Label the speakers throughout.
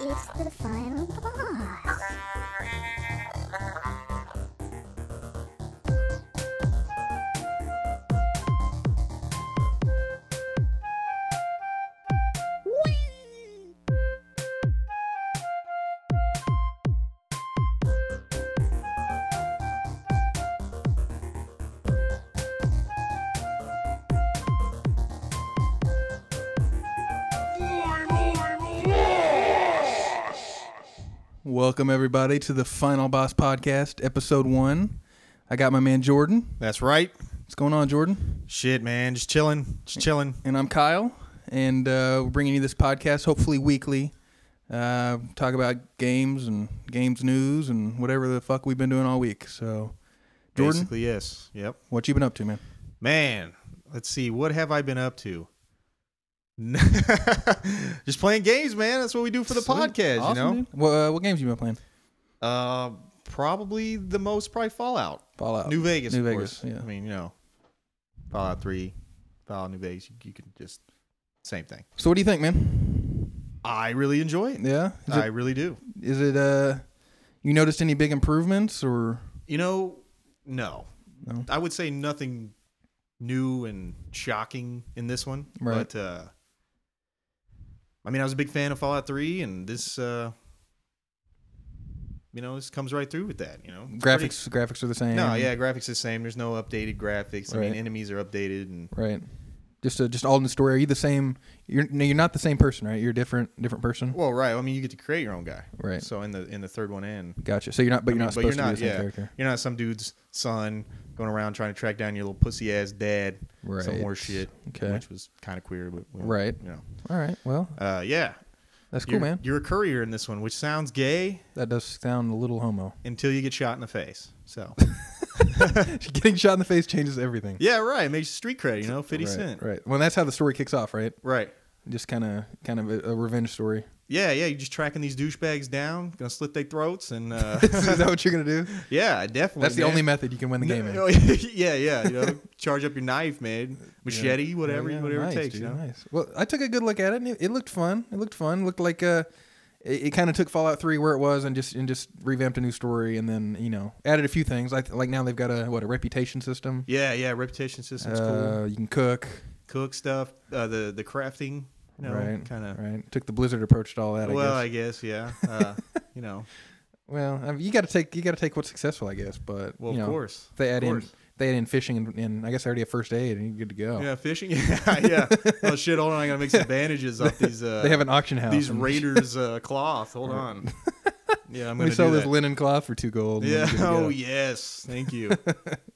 Speaker 1: It's the final boss.
Speaker 2: Welcome everybody to the Final Boss Podcast, Episode One. I got my man Jordan.
Speaker 3: That's right.
Speaker 2: What's going on, Jordan?
Speaker 3: Shit, man. Just chilling. Just chilling.
Speaker 2: And I'm Kyle, and uh, we're bringing you this podcast hopefully weekly. Uh, talk about games and games news and whatever the fuck we've been doing all week. So, Jordan,
Speaker 3: Basically, yes. Yep.
Speaker 2: what you been up to, man?
Speaker 3: Man, let's see. What have I been up to? Just playing games, man. That's what we do for the podcast,
Speaker 2: Awesome,
Speaker 3: you know?
Speaker 2: dude. What, uh, what games you been playing?
Speaker 3: Uh, probably the most, probably Fallout.
Speaker 2: Fallout,
Speaker 3: New Vegas,
Speaker 2: Uh, New
Speaker 3: of
Speaker 2: Vegas.
Speaker 3: course.
Speaker 2: Yeah.
Speaker 3: I mean, you know, Fallout 3, Fallout New Vegas. You, you can just, same thing.
Speaker 2: So, what do you think, man?
Speaker 3: I really enjoy it.
Speaker 2: Yeah, is
Speaker 3: I
Speaker 2: it,
Speaker 3: really do.
Speaker 2: is it uh, you noticed any big improvements or?
Speaker 3: You know, no.
Speaker 2: No?
Speaker 3: I would say nothing new and shocking in this one.
Speaker 2: Right.
Speaker 3: But uh I mean I was a big fan of Fallout 3 and this uh you know, this comes right through with that, you know. It's pretty-
Speaker 2: Graphics, graphics are the same.
Speaker 3: no, yeah, graphics the same. There's no updated graphics. I
Speaker 2: Right.
Speaker 3: mean enemies are updated and
Speaker 2: Right. Just uh, just all in the story. Are you the same? You're no, you're not the same person, right? You're a different different person.
Speaker 3: well, right. I mean you get to create your own guy.
Speaker 2: Right.
Speaker 3: So in the in the third one and
Speaker 2: Gotcha. So you're not, but
Speaker 3: I
Speaker 2: you're
Speaker 3: mean,
Speaker 2: not
Speaker 3: but
Speaker 2: supposed to be the same character.
Speaker 3: You're not some dude's son going around trying to track down your little pussy ass dad. Some
Speaker 2: Right.
Speaker 3: more shit.
Speaker 2: Okay.
Speaker 3: Which was kind of queer, but we-
Speaker 2: Right.
Speaker 3: You know.
Speaker 2: All right. Well,
Speaker 3: Uh, yeah.
Speaker 2: that's cool,
Speaker 3: you're,
Speaker 2: man.
Speaker 3: You're a courier in this one, which sounds gay
Speaker 2: That does sound a little homo.
Speaker 3: until you get shot in the face. So
Speaker 2: Getting shot in the face changes everythty
Speaker 3: yeah, right. It makes you street cred, you know, fifty
Speaker 2: right,
Speaker 3: cent. Right.
Speaker 2: Right. Well, that's how the story kicks off, right? Just kind of kind of a, a revenge story.
Speaker 3: Yeah, yeah. You're just tracking these douchebags down, gonna slit their throats, and uh,
Speaker 2: Is that what you're gonna do?
Speaker 3: yeah, definitely.
Speaker 2: That's the
Speaker 3: man.
Speaker 2: only method you can win the game in.
Speaker 3: yeah, yeah. You know, charge up your knife, man. Machete, whatever,
Speaker 2: Yeah,
Speaker 3: whatever
Speaker 2: nice,
Speaker 3: it takes.
Speaker 2: dude,
Speaker 3: You know.
Speaker 2: Nice. Well, I took a good look at it, and it, it looked fun. It looked fun. looked like uh, it, it kind of took Fallout Three where it was, and just and just revamped a new story, and then you know added a few things. Like like now they've got a what a reputation system.
Speaker 3: Yeah, yeah. Repetition system's cool.
Speaker 2: Uh, you can cook,
Speaker 3: Cook stuff. Uh, the the crafting. You know,
Speaker 2: right?
Speaker 3: Kind of.
Speaker 2: right. Took the Blizzard approach to all that.
Speaker 3: Well,
Speaker 2: I
Speaker 3: I
Speaker 2: guess.
Speaker 3: guess, yeah. Uh, you know.
Speaker 2: well, I mean, you got to take you got to take what's successful, I guess. But
Speaker 3: Well,
Speaker 2: you
Speaker 3: of
Speaker 2: know,
Speaker 3: course.
Speaker 2: they
Speaker 3: of
Speaker 2: add in
Speaker 3: course.
Speaker 2: they add in fishing, and, and I guess they already have first aid, and you're good to go.
Speaker 3: Yeah, fishing. Yeah, yeah. oh shit! Hold on, I gotta make some bandages off these. Uh,
Speaker 2: They have an auction house.
Speaker 3: these
Speaker 2: and-
Speaker 3: raiders uh, cloth. Hold on. Yeah, I'm
Speaker 2: We
Speaker 3: gonna
Speaker 2: sell
Speaker 3: do
Speaker 2: this
Speaker 3: that.
Speaker 2: linen cloth for two gold. and
Speaker 3: yeah.
Speaker 2: we're good to
Speaker 3: Oh
Speaker 2: go.
Speaker 3: yes. Thank you.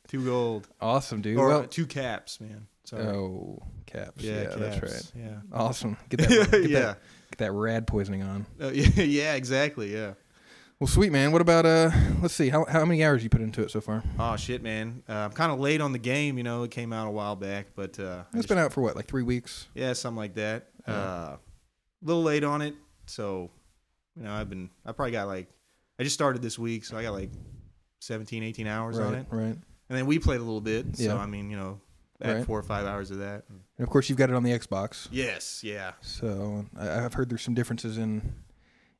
Speaker 3: two gold
Speaker 2: Awesome, dude.
Speaker 3: or
Speaker 2: well,
Speaker 3: uh, two caps, man. Sorry.
Speaker 2: Oh, caps. Yeah,
Speaker 3: yeah,
Speaker 2: that's
Speaker 3: caps.
Speaker 2: right.
Speaker 3: Yeah.
Speaker 2: Awesome. Get that. get that-
Speaker 3: Yeah.
Speaker 2: get that rad poisoning on.
Speaker 3: Uh, yeah. Yeah. Exactly. Yeah.
Speaker 2: Well, sweet man. What about uh? Let's see. How how many hours you put into it so far?
Speaker 3: Oh shit, man. Uh, I'm kind of late on the game. You know, it came out a while back, but uh, I
Speaker 2: It's
Speaker 3: just-
Speaker 2: been out for what, like three weeks?
Speaker 3: yeah, something like that. Uh, a little late on it, so you know, I've been. I probably got like. I just started this week, so I got like 17, 18 hours
Speaker 2: right.
Speaker 3: on it.
Speaker 2: Right. And
Speaker 3: And then we played a little bit.
Speaker 2: Yeah.
Speaker 3: So I mean, you know, add
Speaker 2: Right.
Speaker 3: four or five hours of that.
Speaker 2: of course, you've got it on the Xbox.
Speaker 3: Yes, yeah.
Speaker 2: So I, I've heard there's some differences in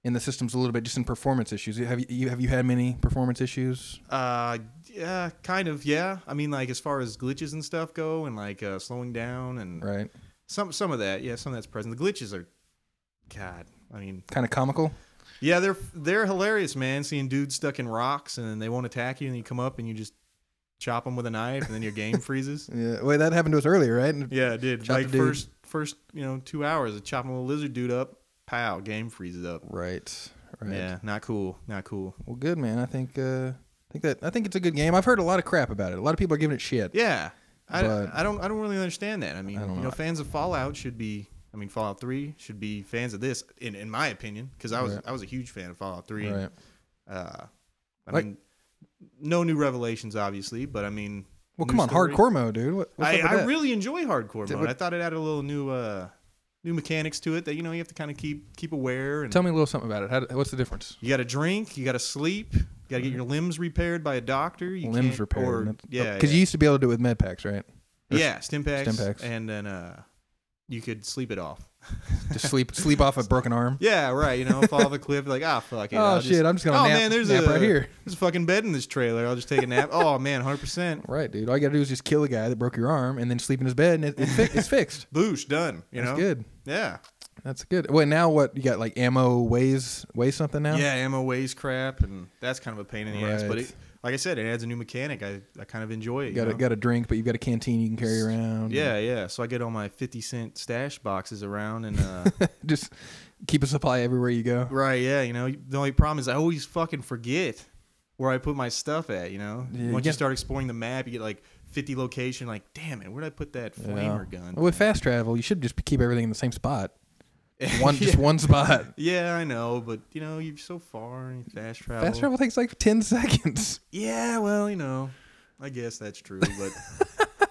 Speaker 2: in the systems a little bit, just in performance issues. Have you- you have you had many performance issues?
Speaker 3: Uh yeah, kind of, yeah. I mean like as far as glitches and stuff go and like uh slowing down and
Speaker 2: Right.
Speaker 3: some some of that, yeah, some of that's present. The glitches are God. I mean
Speaker 2: Kind of comical.
Speaker 3: Yeah, they're they're hilarious, man, seeing dudes stuck in rocks and then they won't attack you and you come up and you just chop them with a knife and then your game freezes.
Speaker 2: Yeah. Well, that happened to us earlier, right? And-
Speaker 3: Yeah, it did.
Speaker 2: Chop
Speaker 3: like
Speaker 2: the dude.
Speaker 3: first first, you know, two hours of chopping a little lizard dude up, pow, game freezes up.
Speaker 2: Right. Right.
Speaker 3: Yeah, not cool. Not cool.
Speaker 2: Well, good man. I think uh, I think that I think it's a good game. I've heard a lot of crap about it. A lot of people are giving it shit.
Speaker 3: Yeah, I,
Speaker 2: But-
Speaker 3: I don't I don't really understand that. I mean,
Speaker 2: I don't
Speaker 3: you
Speaker 2: know.
Speaker 3: know, fans of Fallout should be. I mean, Fallout Three should be fans of this, in in my opinion, because I was
Speaker 2: Right.
Speaker 3: I was a huge fan of Fallout Three.
Speaker 2: Right.
Speaker 3: Uh, I
Speaker 2: Like-
Speaker 3: mean, no new revelations, obviously, but I mean,
Speaker 2: Well,
Speaker 3: new
Speaker 2: come on,
Speaker 3: story.
Speaker 2: hardcore mode, dude. What, what's
Speaker 3: I,
Speaker 2: up with
Speaker 3: I
Speaker 2: that?
Speaker 3: really enjoy hardcore
Speaker 2: Did-
Speaker 3: mode.
Speaker 2: what-
Speaker 3: I thought it added a little new uh new mechanics to it that you know you have to kind of keep keep aware and
Speaker 2: Tell me a little something about it. How, do- what's the difference?
Speaker 3: you got to drink, you got to sleep, you got to get your limbs repaired by a doctor. You
Speaker 2: Mm-hmm. Limbs
Speaker 3: can't-
Speaker 2: repaired.
Speaker 3: or-
Speaker 2: and that's-
Speaker 3: yeah,
Speaker 2: Because
Speaker 3: yeah.
Speaker 2: you used to be able to do it with med packs, right? Or
Speaker 3: Yeah, stim packs,
Speaker 2: stim packs.
Speaker 3: and then uh, you could sleep it off.
Speaker 2: Just sleep sleep off a broken arm.
Speaker 3: Yeah, right. You know, fall off a cliff. Like, ah, fuck it.
Speaker 2: Oh
Speaker 3: I'll
Speaker 2: shit, I'm just gonna
Speaker 3: oh,
Speaker 2: nap-
Speaker 3: man, there's
Speaker 2: nap
Speaker 3: a,
Speaker 2: right here."
Speaker 3: There's a fucking bed in this trailer. I'll just take a nap. oh man, 100. percent
Speaker 2: Right, dude. All you gotta do is just kill a guy that broke your arm and then sleep in his bed and it, it fi- it's fixed.
Speaker 3: Boosh, done. You
Speaker 2: That's
Speaker 3: know,
Speaker 2: good.
Speaker 3: Yeah,
Speaker 2: That's good. Wait, now what? You got like ammo weighs weighs something now?
Speaker 3: yeah. Ammo weighs crap, and that's kind of a pain in the ass. But
Speaker 2: Right.
Speaker 3: it, like I said, it adds a new mechanic. I, I kind of enjoy it.
Speaker 2: You
Speaker 3: you
Speaker 2: got a,
Speaker 3: know?
Speaker 2: got a drink, but you've got a canteen you can carry around.
Speaker 3: Yeah, yeah. So I get all my 50 cent stash boxes around and uh
Speaker 2: Just keep a supply everywhere you go.
Speaker 3: right, yeah, you know, the only problem is I always fucking forget where I put my stuff at, you know?
Speaker 2: Yeah, you
Speaker 3: Once you
Speaker 2: get-
Speaker 3: start exploring the map, you get like 50 location like, damn it, where did I put that flamer gun?
Speaker 2: Well, with fast travel, you should just keep everything in the same spot. One just one spot.
Speaker 3: yeah, I know, but you know, you're so far and you fast travel.
Speaker 2: Fast travel takes like ten seconds.
Speaker 3: Yeah, well, you know, I guess that's true, but you know,
Speaker 2: Well,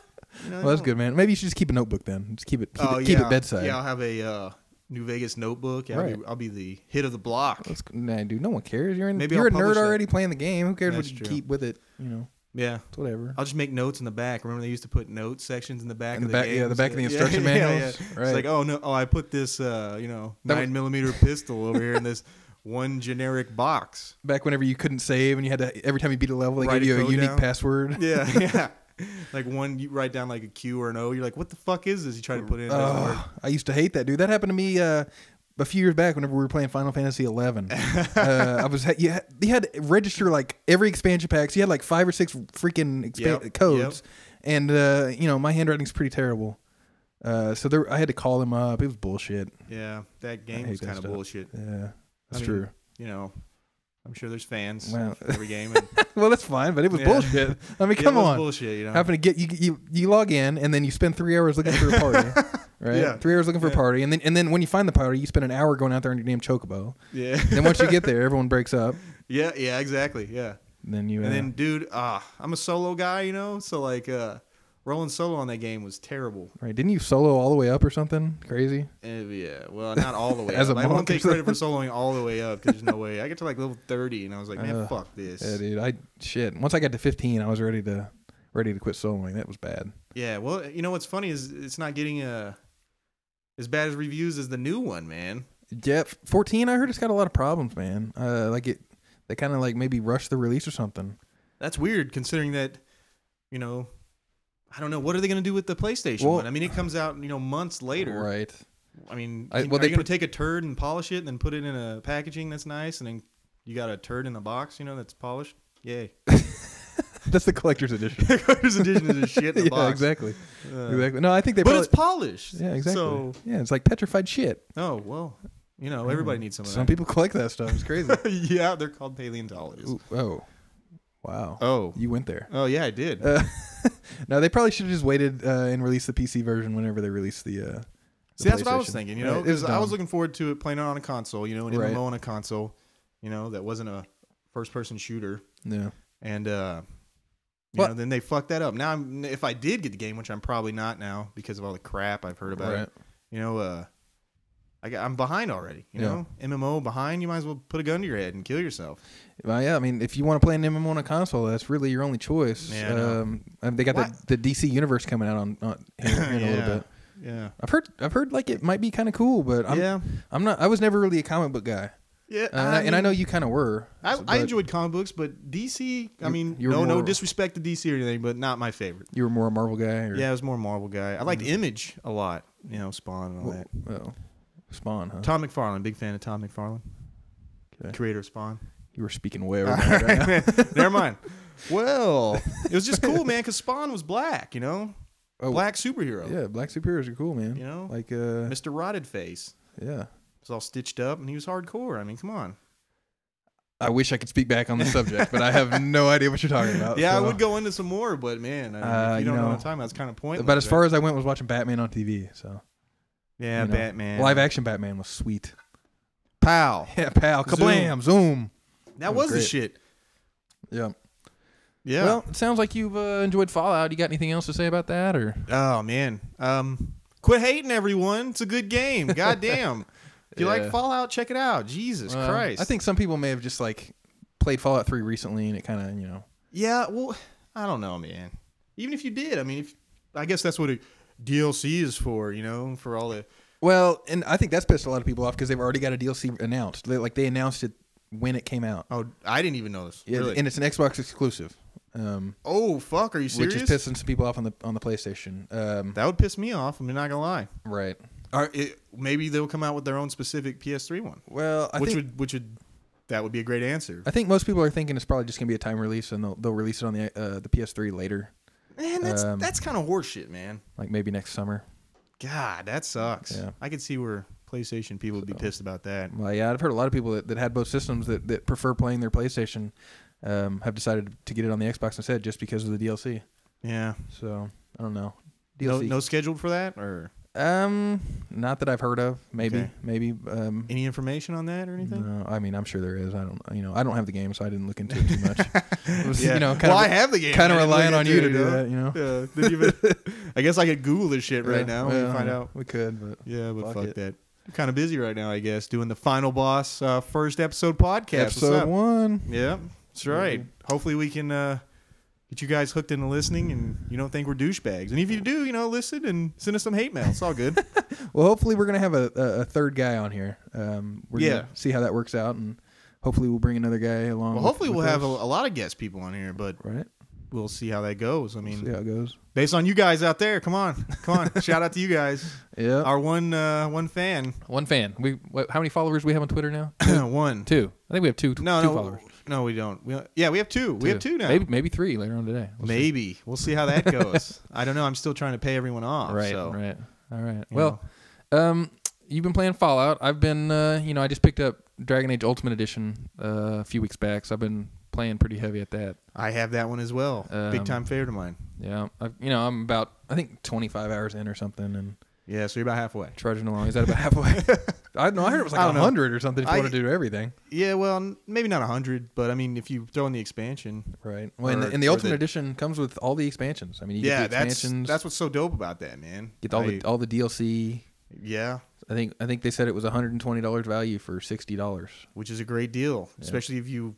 Speaker 2: that's
Speaker 3: you don't-
Speaker 2: good, man. Maybe you should just keep a notebook then. Just keep it keep,
Speaker 3: oh,
Speaker 2: it,
Speaker 3: yeah.
Speaker 2: keep it bedside.
Speaker 3: Yeah, I'll have a uh, New Vegas notebook. Yeah, I'll,
Speaker 2: Right.
Speaker 3: be, I'll be the hit of the block.
Speaker 2: Let's, nah, dude. No one cares. You're in,
Speaker 3: Maybe
Speaker 2: you're
Speaker 3: I'll
Speaker 2: a nerd
Speaker 3: publish it.
Speaker 2: already playing the game. Who cares
Speaker 3: That's
Speaker 2: what you
Speaker 3: true. Uh,
Speaker 2: keep with it? You know,
Speaker 3: Yeah.
Speaker 2: it's whatever.
Speaker 3: I'll just make notes in the back. Remember they used to put note sections in the back
Speaker 2: In
Speaker 3: of
Speaker 2: the
Speaker 3: the,
Speaker 2: back- yeah,
Speaker 3: games?
Speaker 2: the back of the instruction manuals. Right.
Speaker 3: It's like, oh no, oh I put this, uh, you know,
Speaker 2: That
Speaker 3: nine
Speaker 2: was-
Speaker 3: millimeter pistol over here in this one generic box.
Speaker 2: Back whenever you couldn't save and you had to every time you beat a level, they
Speaker 3: Write
Speaker 2: gave you
Speaker 3: a
Speaker 2: a
Speaker 3: code
Speaker 2: unique
Speaker 3: down.
Speaker 2: password.
Speaker 3: Yeah, yeah. like one, you write down like a Q or an O. You're like, what the fuck is this? You try to put it in. it doesn't work.
Speaker 2: Oh, I used to hate that, dude. That happened to me uh, a few years back whenever we were playing Final Fantasy XI. uh, I was ha- you, had, you had to register like every expansion packs. You had like five or six freaking expa-
Speaker 3: Yep,
Speaker 2: codes, and uh, you know my handwriting's pretty terrible. Uh, so there, I had to call him up. It was bullshit.
Speaker 3: yeah, that game
Speaker 2: hate
Speaker 3: was
Speaker 2: that
Speaker 3: kind of
Speaker 2: stuff.
Speaker 3: bullshit.
Speaker 2: Yeah,
Speaker 3: I
Speaker 2: that's
Speaker 3: mean,
Speaker 2: true.
Speaker 3: You know, I'm sure there's fans
Speaker 2: Wow.
Speaker 3: of every game. And,
Speaker 2: well, that's fine, but it was
Speaker 3: Yeah.
Speaker 2: bullshit. I mean,
Speaker 3: Yeah, it
Speaker 2: come
Speaker 3: was
Speaker 2: on.
Speaker 3: bullshit. You know,
Speaker 2: Happen to get you, you you log in and then you spend three hours looking for a party, right?
Speaker 3: Yeah.
Speaker 2: Three hours looking for a
Speaker 3: Yeah.
Speaker 2: party, and then and then when you find the party, you spend an hour going out there on your damn chocobo.
Speaker 3: yeah,
Speaker 2: then once you get there, everyone breaks up.
Speaker 3: yeah, yeah, exactly, yeah.
Speaker 2: Then you uh,
Speaker 3: And then, dude, ah, I'm a solo guy, you know. So like, uh, rolling solo on that game was terrible.
Speaker 2: right? Didn't you solo all the way up or something crazy?
Speaker 3: Uh, yeah, well, not all the way.
Speaker 2: As
Speaker 3: up.
Speaker 2: a
Speaker 3: I won't
Speaker 2: monk or
Speaker 3: take credit for soloing all the way up because there's no way. I got to like level 30, and I was like, man,
Speaker 2: Ugh.
Speaker 3: fuck this.
Speaker 2: Yeah, dude. I shit. Once I got to fifteen, I was ready to ready to quit soloing. That was bad.
Speaker 3: Yeah, well, you know what's funny is it's not getting uh as bad as reviews as the new one, man.
Speaker 2: Yeah, f- fourteen. I heard it's got a lot of problems, man. Uh, like it, they kind of like maybe rushed the release or something.
Speaker 3: That's weird considering that, you know, I don't know what are they gonna do with the PlayStation
Speaker 2: Well-
Speaker 3: one. I mean, it comes out you know months later.
Speaker 2: Right.
Speaker 3: I mean,
Speaker 2: I-
Speaker 3: can-
Speaker 2: well,
Speaker 3: are
Speaker 2: they
Speaker 3: you gonna
Speaker 2: put-
Speaker 3: take a turd and polish it and then put it in a packaging that's nice and then you got a turd in a box, you know, that's polished? Yay!
Speaker 2: That's the collector's edition.
Speaker 3: Collector's edition is just shit in a
Speaker 2: yeah,
Speaker 3: box.
Speaker 2: exactly.
Speaker 3: Uh,
Speaker 2: exactly. No, I think they.
Speaker 3: But it's polished.
Speaker 2: yeah, exactly.
Speaker 3: So,
Speaker 2: yeah, it's like petrified shit.
Speaker 3: oh well, you know, everybody needs some of
Speaker 2: Mm, Some
Speaker 3: that.
Speaker 2: people collect that stuff. It's crazy.
Speaker 3: yeah, they're called paleontologists.
Speaker 2: Ooh, oh, wow.
Speaker 3: Oh,
Speaker 2: You went there.
Speaker 3: oh yeah, I did.
Speaker 2: Uh, no, they probably should have just waited uh, and released the PC version whenever they released the. Uh, the
Speaker 3: See, that's what I was
Speaker 2: PlayStation.
Speaker 3: thinking. You
Speaker 2: Right,
Speaker 3: know,
Speaker 2: it
Speaker 3: 'cause I was
Speaker 2: dumb.
Speaker 3: looking forward to it playing it on a console. You know, an
Speaker 2: Right.
Speaker 3: MMO on a console. You know, that wasn't a first-person shooter,
Speaker 2: Yeah.
Speaker 3: and uh, you
Speaker 2: But-
Speaker 3: know, then they fucked that up. Now, I'm, if I did get the game, which I'm probably not now because of all the crap I've heard about
Speaker 2: Right.
Speaker 3: it, you know, uh, I got, I'm behind already. You
Speaker 2: Yeah.
Speaker 3: know, MMO behind. You might as well put a gun to your head and kill yourself.
Speaker 2: Well, yeah. I mean, if you want to play an MMO on a console, that's really your only choice.
Speaker 3: Yeah, I know.
Speaker 2: um, and they got
Speaker 3: What?
Speaker 2: the, the DC universe coming out on, on here in a little
Speaker 3: Yeah.
Speaker 2: bit.
Speaker 3: Yeah,
Speaker 2: I've heard. I've heard like it might be kind of cool, but I'm,
Speaker 3: yeah,
Speaker 2: I'm not. I was never really a comic book guy,
Speaker 3: yeah.
Speaker 2: uh, and, I, and I
Speaker 3: mean,
Speaker 2: know you kind of were.
Speaker 3: I,
Speaker 2: so-
Speaker 3: I
Speaker 2: but
Speaker 3: enjoyed comic books, but DC. I
Speaker 2: You-
Speaker 3: mean,
Speaker 2: you were
Speaker 3: no, no
Speaker 2: more-
Speaker 3: disrespect to DC or anything, but not my favorite.
Speaker 2: You were more a Marvel guy. Or,
Speaker 3: Yeah, I was more a Marvel guy. I liked Image a lot. You know, Spawn and
Speaker 2: Mm-hmm.
Speaker 3: all
Speaker 2: Well, uh-huh.
Speaker 3: that.
Speaker 2: well, Spawn, huh?
Speaker 3: Tom McFarlane, big fan of Tom McFarlane,
Speaker 2: Okay.
Speaker 3: creator of Spawn.
Speaker 2: You were speaking way over. my head right now.
Speaker 3: Never mind. Well, it was just cool, man, because Spawn was black. You know,
Speaker 2: Oh.
Speaker 3: black superhero.
Speaker 2: Yeah, black superheroes are cool, man.
Speaker 3: You know?
Speaker 2: like uh,
Speaker 3: Mr. Rotted Face
Speaker 2: yeah.
Speaker 3: was all stitched up, and he was hardcore. I mean, come on.
Speaker 2: I wish I could speak back on the subject, but I have no idea what you're talking about.
Speaker 3: Yeah,
Speaker 2: so-
Speaker 3: I would go into some more, but man, I mean,
Speaker 2: Uh,
Speaker 3: if you
Speaker 2: you
Speaker 3: don't know, what I'm
Speaker 2: know,
Speaker 3: talking about. It's kind of pointless.
Speaker 2: About as
Speaker 3: right?
Speaker 2: far as I went was watching Batman on TV. So
Speaker 3: yeah,
Speaker 2: you know,
Speaker 3: Batman,
Speaker 2: live action Batman was sweet.
Speaker 3: pow.
Speaker 2: Yeah, pal, kablam, zoom.
Speaker 3: That
Speaker 2: was
Speaker 3: was the
Speaker 2: great.
Speaker 3: shit.
Speaker 2: Yeah.
Speaker 3: Yeah.
Speaker 2: Well, it sounds like you've uh, enjoyed Fallout. You got anything else to say about that, or
Speaker 3: Oh man. Um quit hating everyone. It's a good game. God damn. If you like
Speaker 2: Yeah.
Speaker 3: Fallout, check it out. Jesus
Speaker 2: Well,
Speaker 3: Christ.
Speaker 2: I think some people may have just like played Fallout Three recently, and it kind of you know.
Speaker 3: Yeah, well, I don't know, man. Even if you did, I mean if I guess that's what a DLC is for, you know, for all the
Speaker 2: Well, and I think that's pissed a lot of people off because they've already got a DLC announced. They, like they announced it when it came out.
Speaker 3: Oh, I didn't even know this.
Speaker 2: Yeah,
Speaker 3: really?
Speaker 2: and it's an Xbox exclusive, um,
Speaker 3: oh fuck, are you serious?
Speaker 2: which is pissing some people off on the on the PlayStation. Um,
Speaker 3: That would piss me off. I'm not gonna lie.
Speaker 2: right.
Speaker 3: Or it, maybe they'll come out with their own specific PS3 one,
Speaker 2: Well, I
Speaker 3: which
Speaker 2: think
Speaker 3: would which would that would be a great answer.
Speaker 2: I think most people are thinking it's probably just gonna be a time release, and they'll they'll release it on the uh, the PS3 later,
Speaker 3: Man, that's
Speaker 2: Um,
Speaker 3: that's kind of horseshit, man.
Speaker 2: like maybe next summer.
Speaker 3: God, that sucks.
Speaker 2: Yeah.
Speaker 3: I could see where PlayStation people would be pissed about that.
Speaker 2: Well, yeah, I've heard a lot of people that, that had both systems that, that prefer playing their PlayStation um, have decided to get it on the Xbox instead just because of the DLC.
Speaker 3: Yeah.
Speaker 2: So I don't know.
Speaker 3: No,
Speaker 2: DLC.
Speaker 3: no scheduled for that or
Speaker 2: Um, not that I've heard of. Maybe,
Speaker 3: Okay.
Speaker 2: maybe. Um,
Speaker 3: any information on that or anything?
Speaker 2: no, I mean, I'm sure there is. I don't, you know, I don't have the game, so I didn't look into it too much. It was,
Speaker 3: Yeah.
Speaker 2: You know, kind
Speaker 3: well,
Speaker 2: of,
Speaker 3: I have the game.
Speaker 2: kind of
Speaker 3: I didn't
Speaker 2: relying
Speaker 3: look
Speaker 2: on
Speaker 3: into
Speaker 2: you to
Speaker 3: it,
Speaker 2: do
Speaker 3: know?
Speaker 2: that. You know,
Speaker 3: Yeah. Did you even- I guess I could Google this shit right
Speaker 2: Yeah,
Speaker 3: now
Speaker 2: well,
Speaker 3: and find
Speaker 2: yeah,
Speaker 3: out.
Speaker 2: We could, but
Speaker 3: Yeah, but
Speaker 2: Fuck
Speaker 3: fuck,
Speaker 2: it.
Speaker 3: that. I'm kind of busy right now, I guess, doing the Final Boss uh, first episode podcast. What's
Speaker 2: episode
Speaker 3: up?
Speaker 2: one.
Speaker 3: Yeah, that's right. Hopefully, we can uh, get you guys hooked into listening, and you don't think we're douchebags. And if you do, you know, listen and send us some hate mail. It's all good.
Speaker 2: Well, hopefully, we're gonna have a, a, a third guy on here. Um, we're
Speaker 3: Yeah.
Speaker 2: gonna see how that works out, and hopefully, we'll bring another guy along.
Speaker 3: well,
Speaker 2: with-
Speaker 3: hopefully,
Speaker 2: with
Speaker 3: we'll have a,
Speaker 2: us.
Speaker 3: a lot of guest people on here, but
Speaker 2: right.
Speaker 3: we'll see how that goes. I
Speaker 2: See
Speaker 3: mean,
Speaker 2: how it goes.
Speaker 3: based on you guys out there, come on, come on, shout out to you guys,
Speaker 2: Yeah.
Speaker 3: our one uh, one fan,
Speaker 2: one fan. We what, how many followers do we have on Twitter now?
Speaker 3: one.
Speaker 2: Two. I think we have two.
Speaker 3: No,
Speaker 2: two
Speaker 3: no,
Speaker 2: followers.
Speaker 3: no, we don't. We, yeah, we have two. We have two now.
Speaker 2: Maybe maybe three later on today. We'll see.
Speaker 3: Maybe we'll see how that goes. I don't know. I'm still trying to pay everyone off.
Speaker 2: Right.
Speaker 3: so.
Speaker 2: Right. All right. Well, um, you've been playing Fallout. I've been, uh, you know, I just picked up Dragon Age Ultimate Edition uh, a few weeks back, so I've been playing pretty heavy at that.
Speaker 3: I have that one as well.
Speaker 2: Um,
Speaker 3: Big time favorite of mine.
Speaker 2: Yeah. I've, you know, I'm about I think 25 hours in or something, and
Speaker 3: Yeah, so you're about halfway.
Speaker 2: trudging along. Is that about halfway? I don't know. I heard it was
Speaker 3: I
Speaker 2: like
Speaker 3: don't know.
Speaker 2: 100 or something. If you
Speaker 3: I-
Speaker 2: want to do everything.
Speaker 3: Yeah, well, n- maybe not 100, but I mean, if you throw in the expansion.
Speaker 2: Right. Well, and,
Speaker 3: Or-
Speaker 2: the, and the
Speaker 3: or
Speaker 2: Ultimate
Speaker 3: the-
Speaker 2: Edition comes with all the expansions. I mean, you
Speaker 3: yeah,
Speaker 2: get the
Speaker 3: that's
Speaker 2: expansions.
Speaker 3: that's what's so dope about that, man.
Speaker 2: get all the
Speaker 3: I-
Speaker 2: all the DLC.
Speaker 3: yeah,
Speaker 2: I think I think they said it was $120 value for $60.
Speaker 3: which is a great deal, especially if you,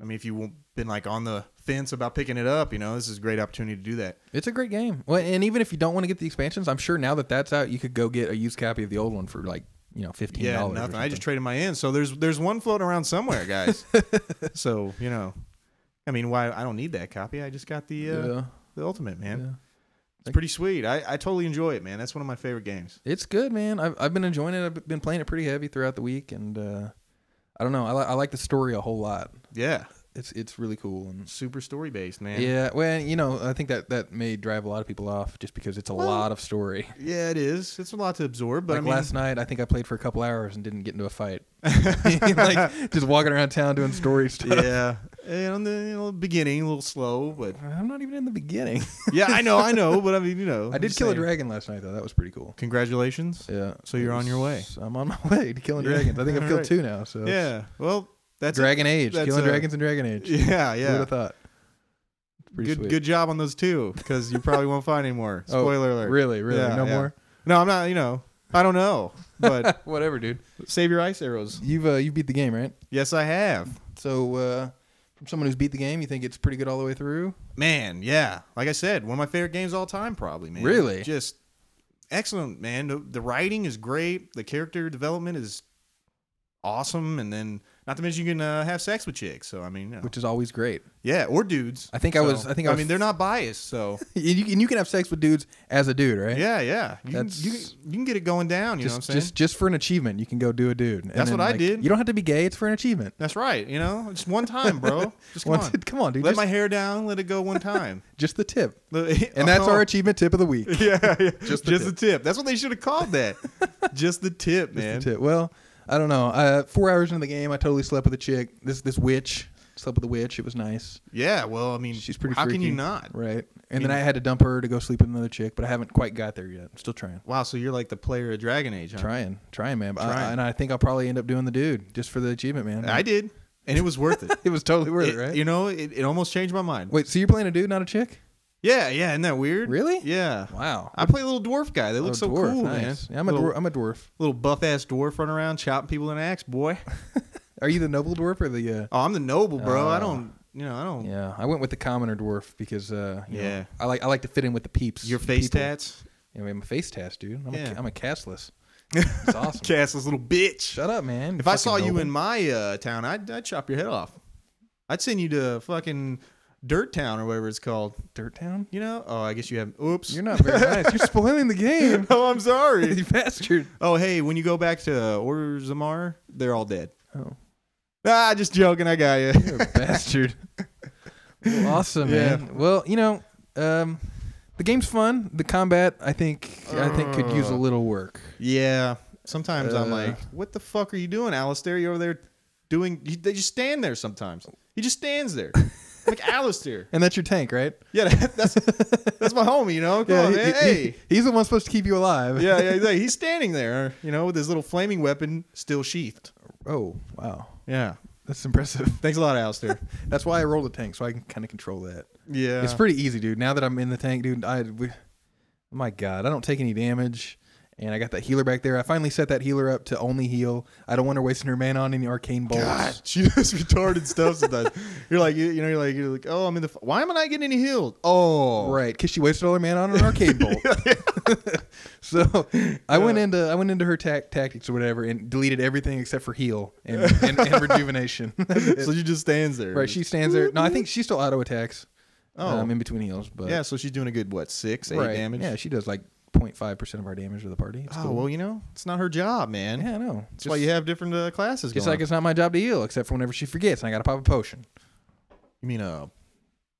Speaker 3: I mean, if you've been like on the fence about picking it up, you know, this is a great opportunity to do that.
Speaker 2: It's a great game. Well, and even if you don't want to get the expansions, I'm sure now that that's out, you could go get a used copy of the old one for like you know fifteen
Speaker 3: Yeah,
Speaker 2: dollars.
Speaker 3: nothing. I just traded my in, so there's there's one floating around somewhere, guys. so you know, I mean, why I don't need that copy? I just got the uh,
Speaker 2: Yeah.
Speaker 3: the ultimate, man.
Speaker 2: Yeah.
Speaker 3: It's pretty sweet. I, I totally enjoy it, man. That's one of my favorite games.
Speaker 2: It's good, man. I've I've been enjoying it. I've been playing it pretty heavy throughout the week, and uh, I don't know. I, li- I like the story a whole lot.
Speaker 3: Yeah,
Speaker 2: It's it's really cool and.
Speaker 3: super story based, man.
Speaker 2: Yeah, well, you know, I think that that may drive a lot of people off just because it's a lot of story.
Speaker 3: Yeah, it is. It's a lot to absorb, but
Speaker 2: like
Speaker 3: I mean,
Speaker 2: last night, I think I played for a couple hours and didn't get into a fight. like just walking around town doing story stuff.
Speaker 3: yeah, and on the you know, beginning, a little slow, but
Speaker 2: I'm not even in the beginning.
Speaker 3: yeah, I know, I know, but I mean, you know,
Speaker 2: I
Speaker 3: I'm
Speaker 2: did
Speaker 3: just
Speaker 2: kill
Speaker 3: saying.
Speaker 2: a dragon last night though. That was pretty cool.
Speaker 3: Congratulations. Yeah,
Speaker 2: Yeah.
Speaker 3: So you're on your way.
Speaker 2: I'm on my way to killing
Speaker 3: Yeah.
Speaker 2: dragons. I think I've killed
Speaker 3: Alright.
Speaker 2: two now. So it's
Speaker 3: well, that's a-
Speaker 2: Dragon Age,
Speaker 3: that's
Speaker 2: killing
Speaker 3: a-
Speaker 2: dragons and Dragon Age.
Speaker 3: Yeah,
Speaker 2: Who would
Speaker 3: yeah.
Speaker 2: have thought? Pretty
Speaker 3: Good,
Speaker 2: sweet.
Speaker 3: good job on those two, because you probably won't find any more.
Speaker 2: Oh,
Speaker 3: Spoiler alert.
Speaker 2: Really, really,
Speaker 3: Yeah,
Speaker 2: no
Speaker 3: yeah.
Speaker 2: more.
Speaker 3: No, I'm not. You know, I don't know, but
Speaker 2: Whatever, dude.
Speaker 3: save your ice arrows.
Speaker 2: You've uh, you beat the game, right?
Speaker 3: Yes, I have.
Speaker 2: So uh, from someone who's beat the game, you think it's pretty good all the way through?
Speaker 3: Man, yeah. Like I said, one of my favorite games of all time, probably, man.
Speaker 2: Really?
Speaker 3: Just excellent, man. The, the writing is great. The character development is awesome. And then, not to mention, you can uh, have sex with chicks. So, I mean, you know.
Speaker 2: Which is always great.
Speaker 3: yeah, or dudes.
Speaker 2: I think I
Speaker 3: So,
Speaker 2: was- I think I was-
Speaker 3: mean, they're not biased. So,
Speaker 2: and, you, and you can have sex with dudes as a dude, right?
Speaker 3: yeah, yeah. You, can,
Speaker 2: That's-
Speaker 3: you, can, you can get it going down. You know what I'm
Speaker 2: Just,
Speaker 3: saying?
Speaker 2: just just for an achievement, you can go do a dude. And
Speaker 3: That's
Speaker 2: then,
Speaker 3: what I
Speaker 2: like,
Speaker 3: did.
Speaker 2: You don't have to be gay. It's for an achievement.
Speaker 3: That's right. You know, just one time, bro. Just come
Speaker 2: Once-
Speaker 3: on.
Speaker 2: come on, dude.
Speaker 3: Let
Speaker 2: just,
Speaker 3: my hair down. Let it go one time. Oh.
Speaker 2: just the tip,
Speaker 3: and
Speaker 2: and that's our achievement tip of the week.
Speaker 3: yeah, yeah.
Speaker 2: Just
Speaker 3: Just,
Speaker 2: the
Speaker 3: the, tip. That's what they should have called that. Just the tip,
Speaker 2: Just the
Speaker 3: man.
Speaker 2: tip. Well, I don't know. Uh, four hours into the game, I totally slept with a chick. This this witch slept with a witch. It was nice,
Speaker 3: Yeah, well, I mean,
Speaker 2: She's pretty
Speaker 3: How can
Speaker 2: freaky.
Speaker 3: you not?
Speaker 2: right? And then
Speaker 3: mean-
Speaker 2: I had to dump her to go sleep with another chick, but I haven't quite got there yet. I'm still trying,
Speaker 3: Wow, so you're like the player of Dragon Age, huh?
Speaker 2: trying, trying, man. But I-
Speaker 3: Trying.
Speaker 2: and I think I'll probably end up doing the dude just for the achievement, man.
Speaker 3: I did, and it was worth it.
Speaker 2: It was totally worth it,
Speaker 3: It-
Speaker 2: right?
Speaker 3: You know, it, it almost changed my mind.
Speaker 2: Wait, so you're playing a dude, not a chick?
Speaker 3: Yeah, yeah, isn't that weird?
Speaker 2: Really?
Speaker 3: Yeah.
Speaker 2: Wow.
Speaker 3: I play a little dwarf guy. They look
Speaker 2: Oh,
Speaker 3: so
Speaker 2: dwarf,
Speaker 3: cool,
Speaker 2: nice.
Speaker 3: man.
Speaker 2: Yeah, I'm a
Speaker 3: little,
Speaker 2: dwarf. I'm a dwarf.
Speaker 3: little buff ass dwarf running around chopping people in an axe, boy.
Speaker 2: Are you the noble dwarf or the? Uh,
Speaker 3: Oh, I'm the noble, bro.
Speaker 2: Oh.
Speaker 3: I don't, you know, I don't.
Speaker 2: yeah, I went with the commoner dwarf because uh, you know,
Speaker 3: Yeah.
Speaker 2: I like I like to fit in with the peeps.
Speaker 3: Your face
Speaker 2: people.
Speaker 3: tats.
Speaker 2: Yeah, I mean, my face tats, dude. I'm,
Speaker 3: Yeah.
Speaker 2: a, I'm a castless. It's awesome.
Speaker 3: Castle's little bitch.
Speaker 2: Shut up, man.
Speaker 3: If I
Speaker 2: fucking
Speaker 3: saw you
Speaker 2: noble.
Speaker 3: in my uh, town, I'd, I'd chop your head off. I'd send you to fucking Dirt Town or whatever it's called.
Speaker 2: Dirt Town,
Speaker 3: You know? Oh, I guess you have. Oops.
Speaker 2: you're not very nice. You're spoiling the game.
Speaker 3: oh, I'm sorry.
Speaker 2: you bastard.
Speaker 3: oh, hey, when you go back to Order Zamar, they're all dead.
Speaker 2: Oh,
Speaker 3: Ah, just joking. I got you.
Speaker 2: you're a bastard. Well, awesome,
Speaker 3: Yeah.
Speaker 2: man. Well, you know, um, the game's fun. The combat, I think, I think could use a
Speaker 3: Uh.
Speaker 2: little work.
Speaker 3: yeah. Sometimes I'm
Speaker 2: Uh.
Speaker 3: like, what the fuck are you doing, Alistair? You're over there doing. You, they just stand there sometimes. He just stands there. like, Alistair.
Speaker 2: And that's your tank, right?
Speaker 3: Yeah, that, that's that's my homie, you know? Come on,
Speaker 2: he-
Speaker 3: man.
Speaker 2: he-
Speaker 3: hey.
Speaker 2: he- he's the one supposed to keep you alive.
Speaker 3: yeah, yeah, he's, like, he's standing there, you know, with his little flaming weapon still sheathed.
Speaker 2: Oh, wow,
Speaker 3: Yeah.
Speaker 2: that's impressive.
Speaker 3: Thanks a lot, Alistair.
Speaker 2: That's why I roll the tank, so I can kind of control that.
Speaker 3: yeah.
Speaker 2: It's pretty easy, dude. Now that I'm in the tank, dude, I, we, my God, I don't take any damage, and I got that healer back there. I finally set that healer up to only heal. I don't want her wasting her mana on any arcane bolts.
Speaker 3: God, she does retarded stuff sometimes. you're like, you, you know, you're like, you're like, oh, I'm in the. F- Why am I not getting any healed? Oh,
Speaker 2: Right, because she wasted all her mana on an arcane bolt. so I went into I went into her tac tactics or whatever and deleted everything except for heal and, and, and rejuvenation.
Speaker 3: So she just stands there.
Speaker 2: right, she stands there. No, I think she still auto attacks.
Speaker 3: Oh.
Speaker 2: um, in between heals, but
Speaker 3: Yeah, so she's doing a good what six, eight
Speaker 2: right.
Speaker 3: damage.
Speaker 2: Yeah, she does like 05 percent of our damage to the party. It's
Speaker 3: oh
Speaker 2: cool.
Speaker 3: well, you know, it's not her job, man.
Speaker 2: yeah, I know.
Speaker 3: That's why you have different uh, classes.
Speaker 2: Just
Speaker 3: going
Speaker 2: like
Speaker 3: on.
Speaker 2: it's not my job to heal, except for whenever she forgets, and I gotta pop a potion.
Speaker 3: you mean a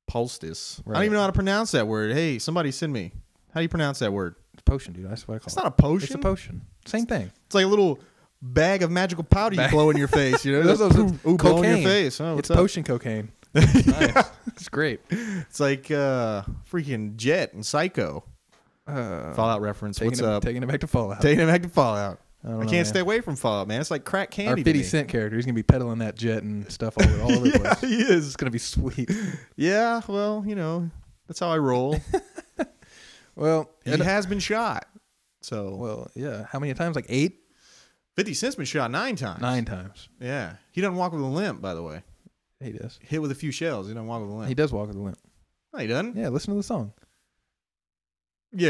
Speaker 3: poultice. I
Speaker 2: Right.
Speaker 3: don't even know how to pronounce that word. Hey, somebody send me. How do you pronounce that word?
Speaker 2: It's a potion, dude. That's what I call
Speaker 3: Oh, It's
Speaker 2: it.
Speaker 3: not a potion.
Speaker 2: It's a potion. Same thing.
Speaker 3: It's like a little bag of magical powder you
Speaker 2: Bag-
Speaker 3: blow in your face. You know,
Speaker 2: Those are-
Speaker 3: Poof, ooh, blow in your
Speaker 2: cocaine.
Speaker 3: face. Oh,
Speaker 2: it's
Speaker 3: what's up?
Speaker 2: potion cocaine. It's nice. It's great.
Speaker 3: It's like uh, freaking Jet and Psycho.
Speaker 2: Uh,
Speaker 3: Fallout reference.
Speaker 2: taking
Speaker 3: What's
Speaker 2: it,
Speaker 3: up?
Speaker 2: Taking it back to Fallout.
Speaker 3: Taking it back to Fallout. I,
Speaker 2: don't know,
Speaker 3: can't
Speaker 2: man.
Speaker 3: stay away from Fallout, man. It's like crack
Speaker 2: Our
Speaker 3: candy. to
Speaker 2: 50
Speaker 3: me.
Speaker 2: Cent character. He's gonna be peddling that jet and stuff all, over- all over the
Speaker 3: Yeah,
Speaker 2: place.
Speaker 3: he
Speaker 2: It's
Speaker 3: is.
Speaker 2: gonna be sweet.
Speaker 3: Yeah, well, you know, that's how I roll.
Speaker 2: Well,
Speaker 3: he
Speaker 2: and-
Speaker 3: has been shot. So
Speaker 2: well, yeah. How many times? Like eight,
Speaker 3: 50 Cent's been shot nine times.
Speaker 2: nine times.
Speaker 3: Yeah. He doesn't walk with a limp, by the way.
Speaker 2: He does.
Speaker 3: Hit with a few shells. He doesn't walk with a limp.
Speaker 2: He does walk with a limp.
Speaker 3: no, he doesn't. Yeah,
Speaker 2: Yeah, listen to the song.
Speaker 3: right.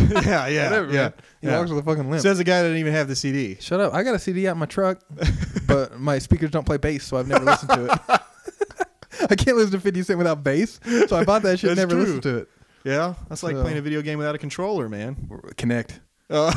Speaker 3: yeah, yeah.
Speaker 2: Whatever,
Speaker 3: yeah.
Speaker 2: man. He
Speaker 3: yeah.
Speaker 2: walks with a fucking limp.
Speaker 3: Says the guy that didn't even have the CD.
Speaker 2: Shut up! I got a CD out in my truck, but uh, my speakers don't play bass, so I've never listened to it. I can't listen to Fifty Cent without bass, so I bought that shit. and
Speaker 3: That's
Speaker 2: never
Speaker 3: true.
Speaker 2: listened to it.
Speaker 3: Yeah, that's like
Speaker 2: So-
Speaker 3: playing a video game without a controller, man.
Speaker 2: Connect.
Speaker 3: Uh,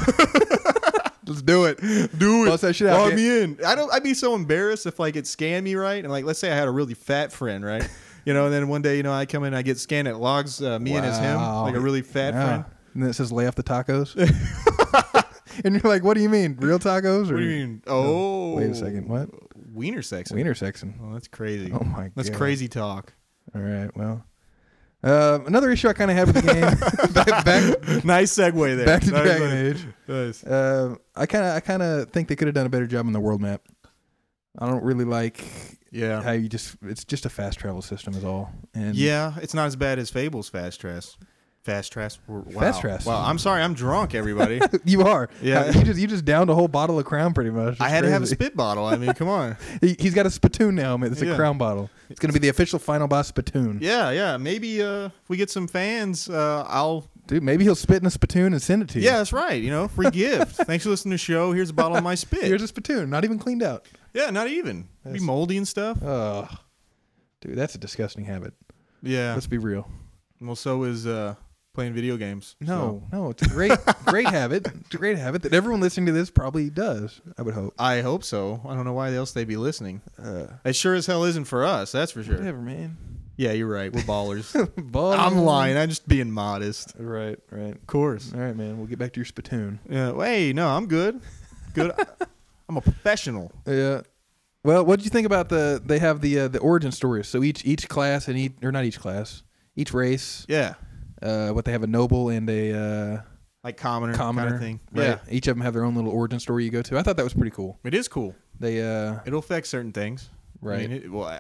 Speaker 2: Let's do it.
Speaker 3: Do
Speaker 2: Bust that shit out,
Speaker 3: Log
Speaker 2: man.
Speaker 3: me in. I don't. I'd be so embarrassed if like it scanned me right, and like let's say I had a really fat friend, right? You know, and then one day, you know, I come in, I get scanned, it logs uh, me and as him,
Speaker 2: Wow.
Speaker 3: like a really fat
Speaker 2: Yeah.
Speaker 3: friend.
Speaker 2: And then it says lay off the tacos. and you're like, what do you mean, real tacos? Or
Speaker 3: What do you mean? Oh,
Speaker 2: Wait a second, what?
Speaker 3: Wiener sex?
Speaker 2: Wiener section.
Speaker 3: Oh, that's crazy.
Speaker 2: Oh my
Speaker 3: that's
Speaker 2: God.
Speaker 3: crazy talk.
Speaker 2: All right, well. Um, another issue I kind of had with the game, back, back,
Speaker 3: nice segue there.
Speaker 2: back to
Speaker 3: Nice
Speaker 2: Dragon
Speaker 3: segue.
Speaker 2: Age.
Speaker 3: Nice.
Speaker 2: Um, I kind of, I kind of think they could have done a better job on the world map. I don't really like
Speaker 3: Yeah.
Speaker 2: how you just—it's just a fast travel system, is all. And
Speaker 3: Yeah, it's not as bad as Fables Fast Trash. Fast Trash. Wow.
Speaker 2: Fast Trash.
Speaker 3: Wow. I'm sorry. I'm drunk, everybody.
Speaker 2: you are.
Speaker 3: Yeah.
Speaker 2: you just you just downed a whole bottle of Crown, pretty much.
Speaker 3: I
Speaker 2: It's
Speaker 3: had to have a
Speaker 2: crazy.
Speaker 3: spit bottle. I mean, come on.
Speaker 2: He, he's got a spittoon now. man. It's a
Speaker 3: Yeah.
Speaker 2: Crown bottle. It's gonna be the official final boss spittoon.
Speaker 3: Yeah, yeah. Maybe uh, if we get some fans, uh, I'll.
Speaker 2: Dude, maybe he'll spit in a spittoon and send it to you.
Speaker 3: Yeah, that's right. You know, free gift. Thanks for listening to the show. Here's a bottle of my spit.
Speaker 2: Here's a spittoon, not even cleaned out.
Speaker 3: yeah, not even. Be
Speaker 2: Yes.
Speaker 3: moldy and stuff.
Speaker 2: Ugh. Dude, that's a disgusting habit.
Speaker 3: Yeah.
Speaker 2: Let's be real.
Speaker 3: Well, so is uh, playing video games.
Speaker 2: No, no, it's a great, great habit. It's a great habit that everyone listening to this probably does. I would hope.
Speaker 3: So, I hope so. I don't know why else they'd be listening.
Speaker 2: Uh,
Speaker 3: It sure as hell isn't for us. That's for sure.
Speaker 2: whatever, man.
Speaker 3: Yeah, you're right. We're ballers.
Speaker 2: Ball.
Speaker 3: I'm lying. I'm just being modest.
Speaker 2: Right, right.
Speaker 3: Of course.
Speaker 2: All right, man. We'll get back to your spittoon.
Speaker 3: Yeah. Hey, no, I'm good. Good. I'm a professional.
Speaker 2: Yeah. Well, what did you think about the? They have the uh, the origin stories. So each each class and each or not each class, each race.
Speaker 3: Yeah.
Speaker 2: Uh, what they have a noble and a
Speaker 3: Like commoner,
Speaker 2: uh, commoner
Speaker 3: kind of thing.
Speaker 2: Right?
Speaker 3: Yeah.
Speaker 2: Each of them have their own little origin story you go to. I thought that was pretty cool.
Speaker 3: It is cool.
Speaker 2: They uh,
Speaker 3: It'll affect certain things,
Speaker 2: Right.
Speaker 3: I mean, it, well, I-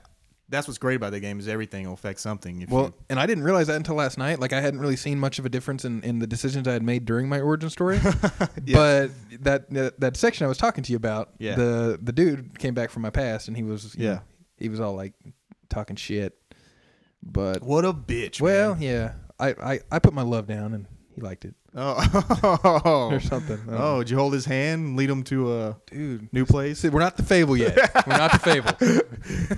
Speaker 3: that's what's great about the game is everything will affect something. If
Speaker 2: Well,
Speaker 3: you,
Speaker 2: and I didn't realize that until last night. Like I hadn't really seen much of a difference in, in the decisions I had made during my origin story. But that, that that section I was talking to you about,
Speaker 3: Yeah.
Speaker 2: the the dude came back from my past and he was you
Speaker 3: Yeah.
Speaker 2: know, he was all like talking shit. But
Speaker 3: what a bitch.
Speaker 2: well,
Speaker 3: man.
Speaker 2: yeah, I, I I put my love down and he He liked it
Speaker 3: Oh,
Speaker 2: or something. I don't
Speaker 3: oh,
Speaker 2: know.
Speaker 3: did you hold his hand, and lead him to a
Speaker 2: dude.
Speaker 3: new place?
Speaker 2: See, we're not the fable yet. We're not the fable.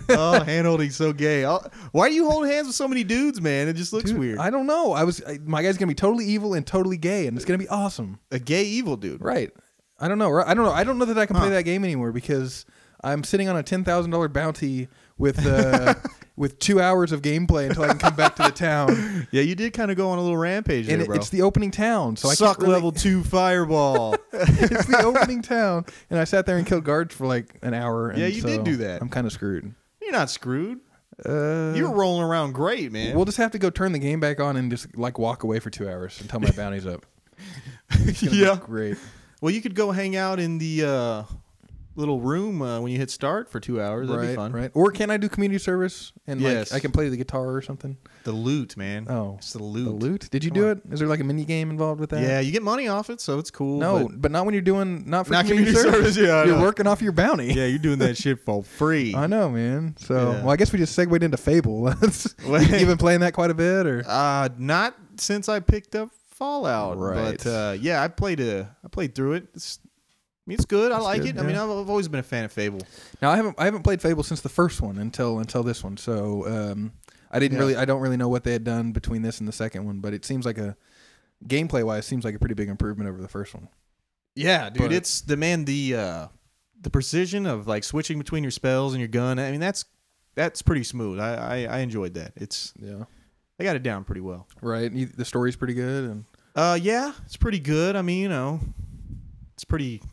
Speaker 3: oh, hand holding's so gay. Oh, why do you hold hands with so many dudes, man? It just looks
Speaker 2: Dude,
Speaker 3: weird.
Speaker 2: I don't know. I was I, my guy's gonna be totally evil and totally gay, and it's gonna be awesome.
Speaker 3: A gay evil dude.
Speaker 2: Right. I don't know. right? I don't know. I don't know that I can play that game anymore because I'm sitting on a ten thousand dollar bounty with uh, with two hours of gameplay until I can come back to the town.
Speaker 3: Yeah, you did kind of go on a little rampage
Speaker 2: And
Speaker 3: there,
Speaker 2: it,
Speaker 3: bro.
Speaker 2: it's the opening town, so I
Speaker 3: Suck
Speaker 2: can't really-
Speaker 3: level two fireball.
Speaker 2: it's the opening town, and I sat there and killed guards for like an hour. and
Speaker 3: Yeah, you did
Speaker 2: so
Speaker 3: do that.
Speaker 2: I'm kind of screwed.
Speaker 3: You're not screwed.
Speaker 2: Uh,
Speaker 3: You're rolling around great, man.
Speaker 2: We'll just have to go turn the game back on and just like walk away for two hours until my bounty's up. It's gonna be
Speaker 3: yeah.
Speaker 2: great.
Speaker 3: Well, you could go hang out in the uh, little room uh, when you hit start for two hours. That'd
Speaker 2: right,
Speaker 3: be fun.
Speaker 2: right. Or can I do community service and
Speaker 3: Yes.
Speaker 2: like I can play the guitar or something?
Speaker 3: The loot, man.
Speaker 2: Oh.
Speaker 3: it's the loot.
Speaker 2: The loot? Did you
Speaker 3: Come
Speaker 2: do
Speaker 3: on.
Speaker 2: it? Is there like a mini game involved with that?
Speaker 3: Yeah, you get money off it, so it's cool.
Speaker 2: No,
Speaker 3: but-
Speaker 2: but, not when you're doing not for
Speaker 3: Not
Speaker 2: community,
Speaker 3: community
Speaker 2: service.
Speaker 3: service, yeah, I
Speaker 2: you're
Speaker 3: know.
Speaker 2: working off your bounty.
Speaker 3: yeah, you're doing that shit for free.
Speaker 2: I know, man. So,
Speaker 3: Yeah.
Speaker 2: well, I guess we just segued into Fable. That's-
Speaker 3: Wait.
Speaker 2: You've been playing that quite a bit, or
Speaker 3: Uh, not since I picked up Fallout,
Speaker 2: Right.
Speaker 3: but uh, yeah, I played a, I played through it. It's, I mean, it's good. I like
Speaker 2: good,
Speaker 3: it. I mean,
Speaker 2: yeah.
Speaker 3: I've, I've always been a fan of Fable.
Speaker 2: Now I haven't I haven't played Fable since the first one until until this one. So um, I didn't
Speaker 3: Yeah.
Speaker 2: really I don't really know what they had done between this and the second one, but it seems like a gameplay wise seems like a pretty big improvement over the first one.
Speaker 3: Yeah, dude,
Speaker 2: But-
Speaker 3: it's the man the uh, the precision of like switching between your spells and your gun. I mean, that's that's pretty smooth. I I, I enjoyed that. It's
Speaker 2: Yeah.
Speaker 3: they got it down pretty well.
Speaker 2: Right. You, the story's pretty good and
Speaker 3: Uh, yeah, it's pretty good. I mean, you know, it's pretty.